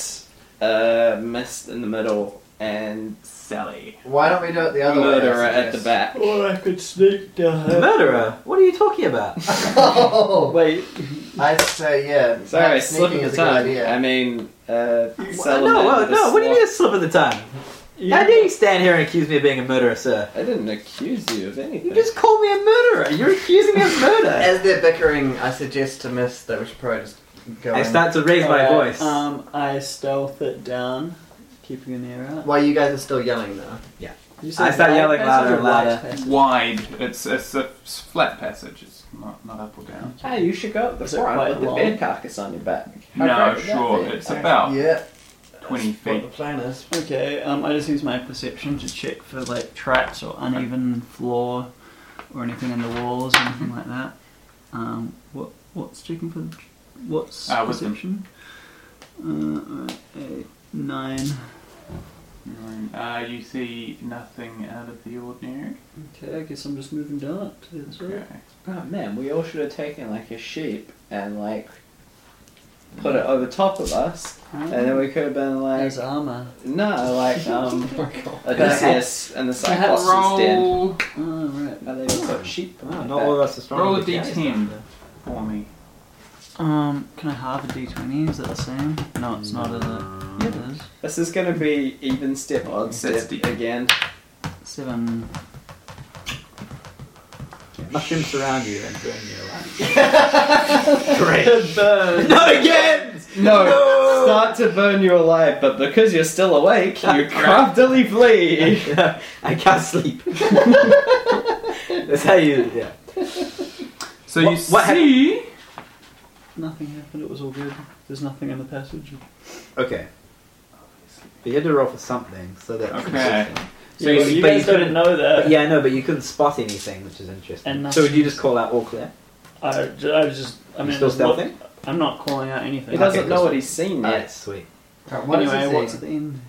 uh, mist in the middle, and
Sally.
Why don't we do it the other way? I
murderer at the
suggest?
back.
Or I could sneak down.
Murderer? What are you talking (laughs) about?
(laughs) Oh,
Wait,
I say, yeah.
Sorry,
not
slip
sneaking
of
is
the
a good
tongue.
idea.
I mean, uh,
Well, no, well, no. What do you mean a slip of the tongue? How dare you stand here and accuse me of being a murderer, sir?
I didn't accuse you of anything.
You just called me a murderer. You're accusing me (laughs) of murder.
As they're bickering, I suggest to Miss that we should probably just go.
I
in.
start to raise my
Alright,
voice.
Um, I stealth it down, keeping an ear out.
While you guys are still yelling, though.
You
I start yelling louder and louder.
Wide. It's, it's a s- flat passage. It's not, not up or down.
Hey, you should go up the
Is it
front
quite
with the
long?
bed carcass on your back.
No,
great would that
sure.
be?
It's about
Yeah.
20
That's What
feet.
the plan is.
Okay, um, I just use my perception to check for like traps or uneven floor or anything in the walls or anything like that. Um, what what's checking for? What's
Ah, wisdom.
perception? Uh, alright, a nine.
Uh, you see nothing out of the ordinary.
Okay, I guess I'm just moving down it to this
Okay.
way.
Oh man, we all should have taken like a sheep and like put it over top of us, and then we could have been like,
As armor.
no, like
Oh
um, Odysseus and the
Perhaps
Cyclops' den.
Roll,
Oh, right.
Are they also sheep?
Oh, not all of us are strong.
roll a
with these guys,
d10
though.
for me.
(laughs)
Um, can I halve a d20? Is that the same? No, it's not, is it? Yeah, it is.
This is going to be even step, odd step
Sixty.
again.
Seven.
Mushrooms surround you and burn you alive.
Not again! No, start to burn you alive, but because you're still awake,
(laughs)
you craftily flee.
I can't (laughs) sleep. That's how you. Yeah.
So you
What- what hap-
see.
Nothing happened, it was all good. There's nothing in the passage.
Okay. But you had to roll for something, so that.
Okay.
So you- but you couldn't-
know
But
that.
yeah, I know, but you couldn't spot anything, which is interesting.
And
so
nothing.
would you just call out all clear?
I, I was just. I
You
mean,
still
just look-
stealthing?
I'm not calling out anything.
He doesn't
Okay,
know what he's seen
Alright,
yet.
sweet.
What is
anyway,
it
what's at
saying?
the end?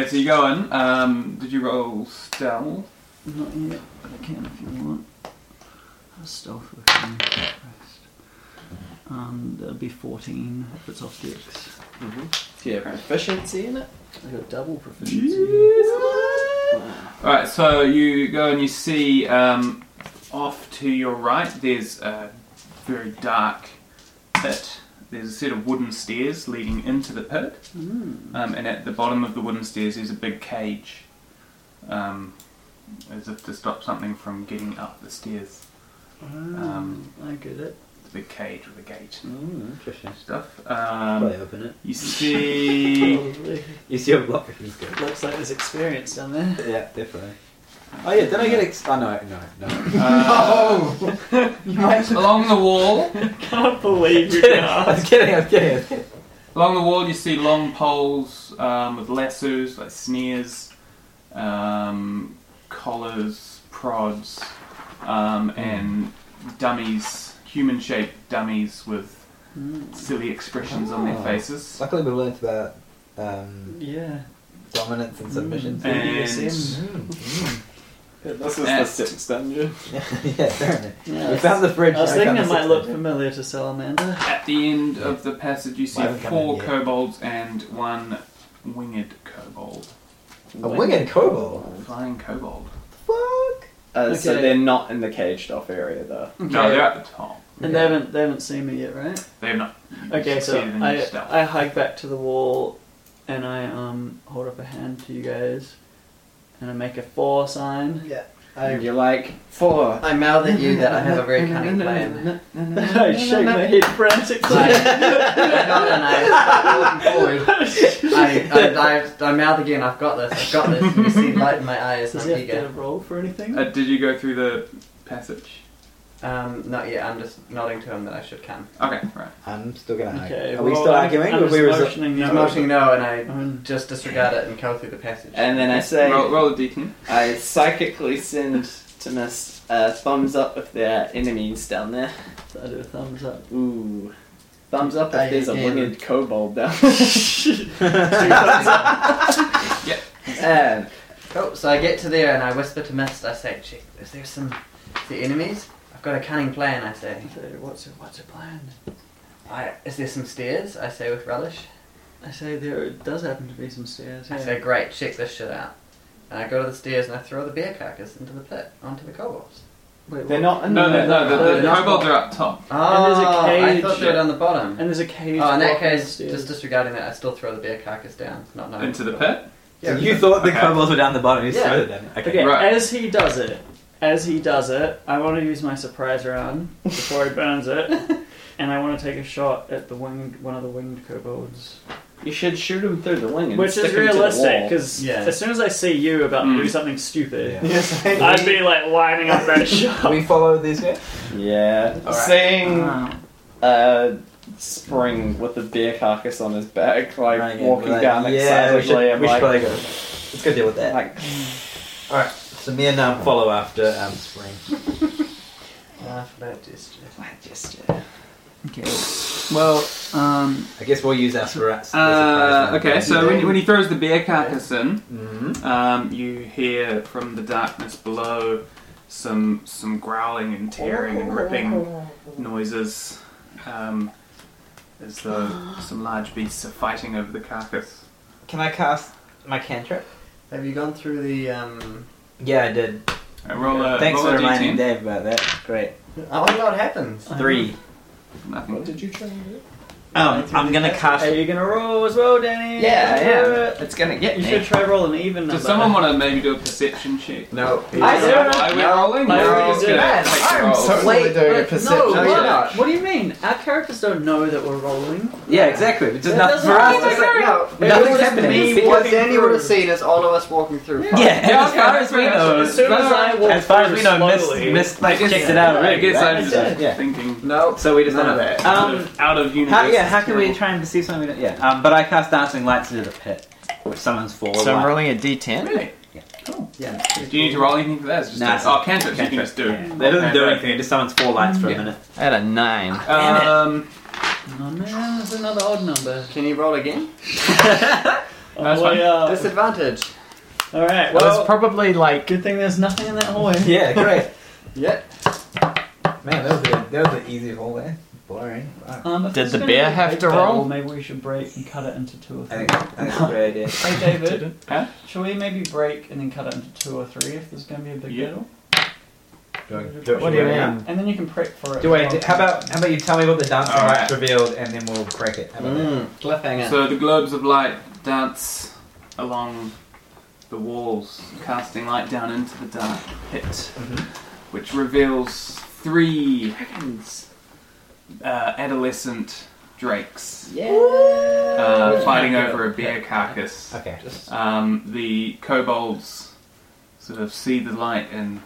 Okay, so you go in. Um, did you roll stealth?
Not yet, but I can if you want. How's stealth working? Christ. Um, that'd be 14 if it's off decks.
Do you have proficiency in it?
I got double proficiency.
All right, so you go and you see um, off to your right. There's a very dark pit. There's a set of wooden stairs leading into the pit,
Hmm.
um, and at the bottom of the wooden stairs there's a big cage, um, as if to stop something from getting up the stairs. Um,
I get it.
The big cage with a gate and
Mm, interesting.
stuff. Um,
Probably open it.
you see.
You see a block of these guys.
Looks like there's experience down (laughs) there.
Yeah, definitely. Oh yeah, did I get ex- Oh no, no, (laughs) (laughs) no.
Uh,
(laughs)
along the wall,
Can't (laughs) believe you
I was kidding, I was kidding. I was kidding.
along the wall, you see long poles um, with lassos, like snares, um, collars, prods, um,
Hmm.
and dummies,
Hmm. Ah.
human-shaped dummies with silly expressions on their faces.
Luckily we learnt about um,
Yeah.
dominance and submission.
Mm.
And
mm.
This is
At-
the sixth dungeon.
(laughs) yeah, certainly.
yeah
We found the fridge.
I was thinking it might look
familiar.
familiar to Salamander.
at the end of the passage, you see
Why haven't come
four
in yet?
kobolds and one winged kobold.
Uh,
A winged kobold.
Flying kobold.
Fuck.
Uh, So
Okay.
they're not in the caged off area though.
No, they're at the top.
And they haven't they haven't seen me yet, right?
They're not.
Okay, so
succeeded in
I
your stealth.
I hike back to the wall, and I um hold up a hand to you guys, and I make a four sign.
I,
You're like four.
I mouth at you that I have a very (laughs) cunning plan.
(laughs) I shake my head
(laughs)
frantically.
I got a knife. Walking forward. I, I, I, I mouth again. I've got this. I've got this. You see light in my eyes.
Does
I'm
he have to
eager.
roll for anything?
Uh, did you go through the passage?
Um, not yet. I'm just nodding to him that I should come.
Okay, right.
I'm still gonna argue.
okay.
Are we
well, uh,
still
I'm-
arguing?
I'm
or
just
we resol-
motioning
He's
no.
motioning no, and I
I'm-
just disregard it and go through the passage.
And
(laughs)
then I say,
Roll, roll a d10.
I psychically send to Miss uh, thumbs up if there are enemies down there.
I do a thumbs up.
Ooh. Thumbs up
I
if there's a
again-
winged kobold down (laughs) there.
Cool. Oh, So I get to there and I whisper to Mist. I say, "Check. Is there some is there enemies? I've got a cunning plan." I say.
So what's your, what's your plan?
I, is there some stairs? I say with relish.
I say there does happen to be some stairs.
I
yeah.
say, "Great. Check this shit out." And I go to the stairs and I throw the bear carcass into the pit onto the kobolds.
Wait,
And they're
what?
not in
No,
the,
no, no. The, the
no.
kobolds are up top.
Oh,
there's a
I thought they
cage.
were on the bottom.
And there's a cage.
oh, in that
block on the
case,
stairs.
just disregarding that, I still throw the bear carcass down, not knowing.
Into the pit.
Yeah,
you thought the
Okay.
kobolds were down the bottom. You just
Yeah.
threw it down. Okay.
Okay,
Right.
as he does it, as he does it, I want to use my surprise round before he burns it, and I want to take a shot at the winged one of the winged kobolds,
You should shoot him through the wing and
which
stick
is
him to the
realistic
wall.
because
Yeah.
as soon as I see you about to do
Mm.
something stupid,
Yes,
(laughs) I'd be like lining up that shot.
we follow these guys.
Yeah.
right.
Seeing
Wow.
uh, Spring with a bear carcass on his back, like
Right, yeah,
walking
we're like,
down
yeah, we should,
excitedly, I'm
we should
like,
probably go. Let's go deal with that.
like,
All right. So me and um, follow after um, Spring.
Ah, for that gesture.
Okay. Well, um,
I guess we'll use our surprise.
Uh, okay, so when, when he throws the bear carcass in,
Mm-hmm.
hmm
um, you hear from the darkness below some some growling and tearing and ripping noises, um, as though some large beasts are fighting over the carcass.
Can I cast my cantrip?
Have you gone through the? Um...
Yeah, I did.
Uh, roll a,
Thanks
roll
for
a
reminding
d10.
Dave about that. Great.
I wonder what happens.
Three.
what
Nothing.
did you try and do?
Um, I'm gonna cast.
are you gonna roll as well, Danny?
Yeah,
Go
yeah.
for it.
It's gonna get
You
me.
should try rolling even.
Does
number.
someone want to maybe do a perception check?
No.
I
Is that why we're rolling?
No.
We're just gonna
Man,
take the
Oh,
roll.
doing
Wait,
a
but
perception
No,
check.
why not?
Oh, What do you mean? Our characters don't know that we're rolling.
Yeah, exactly. It's just
That
Uh,
nothing
doesn't
for us.
matter.
It's like,
No,
Nothing's
it was just
happening.
me
Because-
What Danny would have seen is all of us walking through.
yeah, and
Yeah,
as
okay,
far
that's
as we
fair.
know,
As soon as I walk
as far as we
through
know, Miss,
slowly-
Miss like
I guess-
checked it out.
I
already,
guess
right?
I'm
Yeah,
just
yeah.
thinking
No.
So we just
None
know
of
that.
that.
sort
Um,
of out of universe.
how, yeah, how can we
terrible.
try and perceive something we don't? Yeah, um, but I cast dancing lights into the pit, which summons four.
So I'm
lights.
rolling a d10.
Really?
Yeah.
Do you need to roll anything for that? It's just
Nah,
oh, cantrips you can
cantrip.
just do.
Yeah. That doesn't do
Okay.
anything. It just summons four lights for a
Yeah.
minute.
I had a nine.
Um,
Oh man, that's another odd number.
Can you roll again?
That's
oh,
fine.
yeah.
Disadvantage.
All right.
That
Well,
Uh, was probably like
good thing there's nothing in that hallway.
(laughs) Yeah, great.
Yep.
Man, that was a, that was an easy roll there. Boring. Wow.
Um, if
Did
it's
the
gonna
bear
be a
have
big
to
battle,
roll?
Maybe we should break and cut it into two or
I
three.
think, I think that's a great idea.
Hey David,
Huh?
shall we maybe break and then cut it into two or three if there's going to be a big
Yeah.
battle?
Do I-
What
do-
do
do
you
I-
mean? And then you can prep for it.
Do I,
as
do,
well.
how about how about you tell me what the dancing
All
lights
right.
revealed and then we'll break it. How about that?
Mm, cliffhanger.
So the globes of light dance along the walls, casting light down into the dark pit,
Mm-hmm.
which reveals three uh, adolescent drakes uh, fighting over a bear carcass.
Okay.
Um, the kobolds sort of see the light and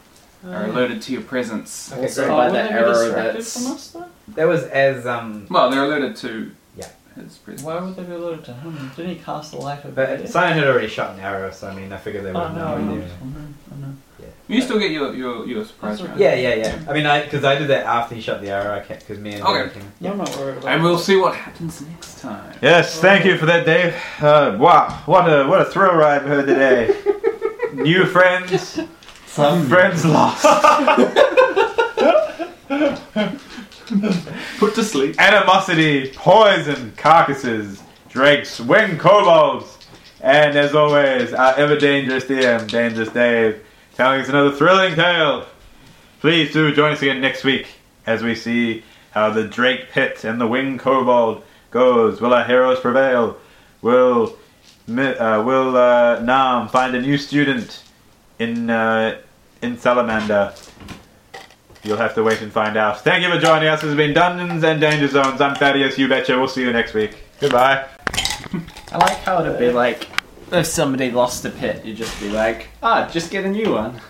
are alerted to your presence.
Okay,
also
great.
by
Oh,
the
wouldn't Uh, they be
error
distracted
that's
from us though?
That was as um.
Well, they're alerted to
Yeah.
his presence.
Why would they be alerted to him? Didn't he cast the light over
But
there?
Simon had already shot an arrow, so I mean, I figured they would
Oh
have
no, I
known.
know.
anyway.
I know. I know.
Yeah.
You still get your your, your surprise round.
Yeah, yeah, yeah. I mean, I because I did that after he shot the arrow. I kept because me and
Okay.
Duncan-
I'm not worried about
And we'll see what happens next time.
Yes, thank you for that, Dave. Uh, wow, what a what a thrill ride we had today. New friends,
Some
friends lost,
Put to sleep.
animosity, poison, carcasses, drags, swing kobolds, and as always, our ever dangerous DM, Dangerous Dave, telling us another thrilling tale. Please do join us again next week as we see how the Drake Pit and the Wing Kobold goes. Will our heroes prevail? Will Mi- uh, Will uh, Nam find a new student in uh, in Salamander? You'll have to wait and find out. Thank you for joining us. This has been Dungeons and Danger Zones. I'm Thaddeus. You betcha. We'll see you next week. Goodbye.
I like how it'd be like if somebody lost a pit, you'd just be like, ah, just get a new one.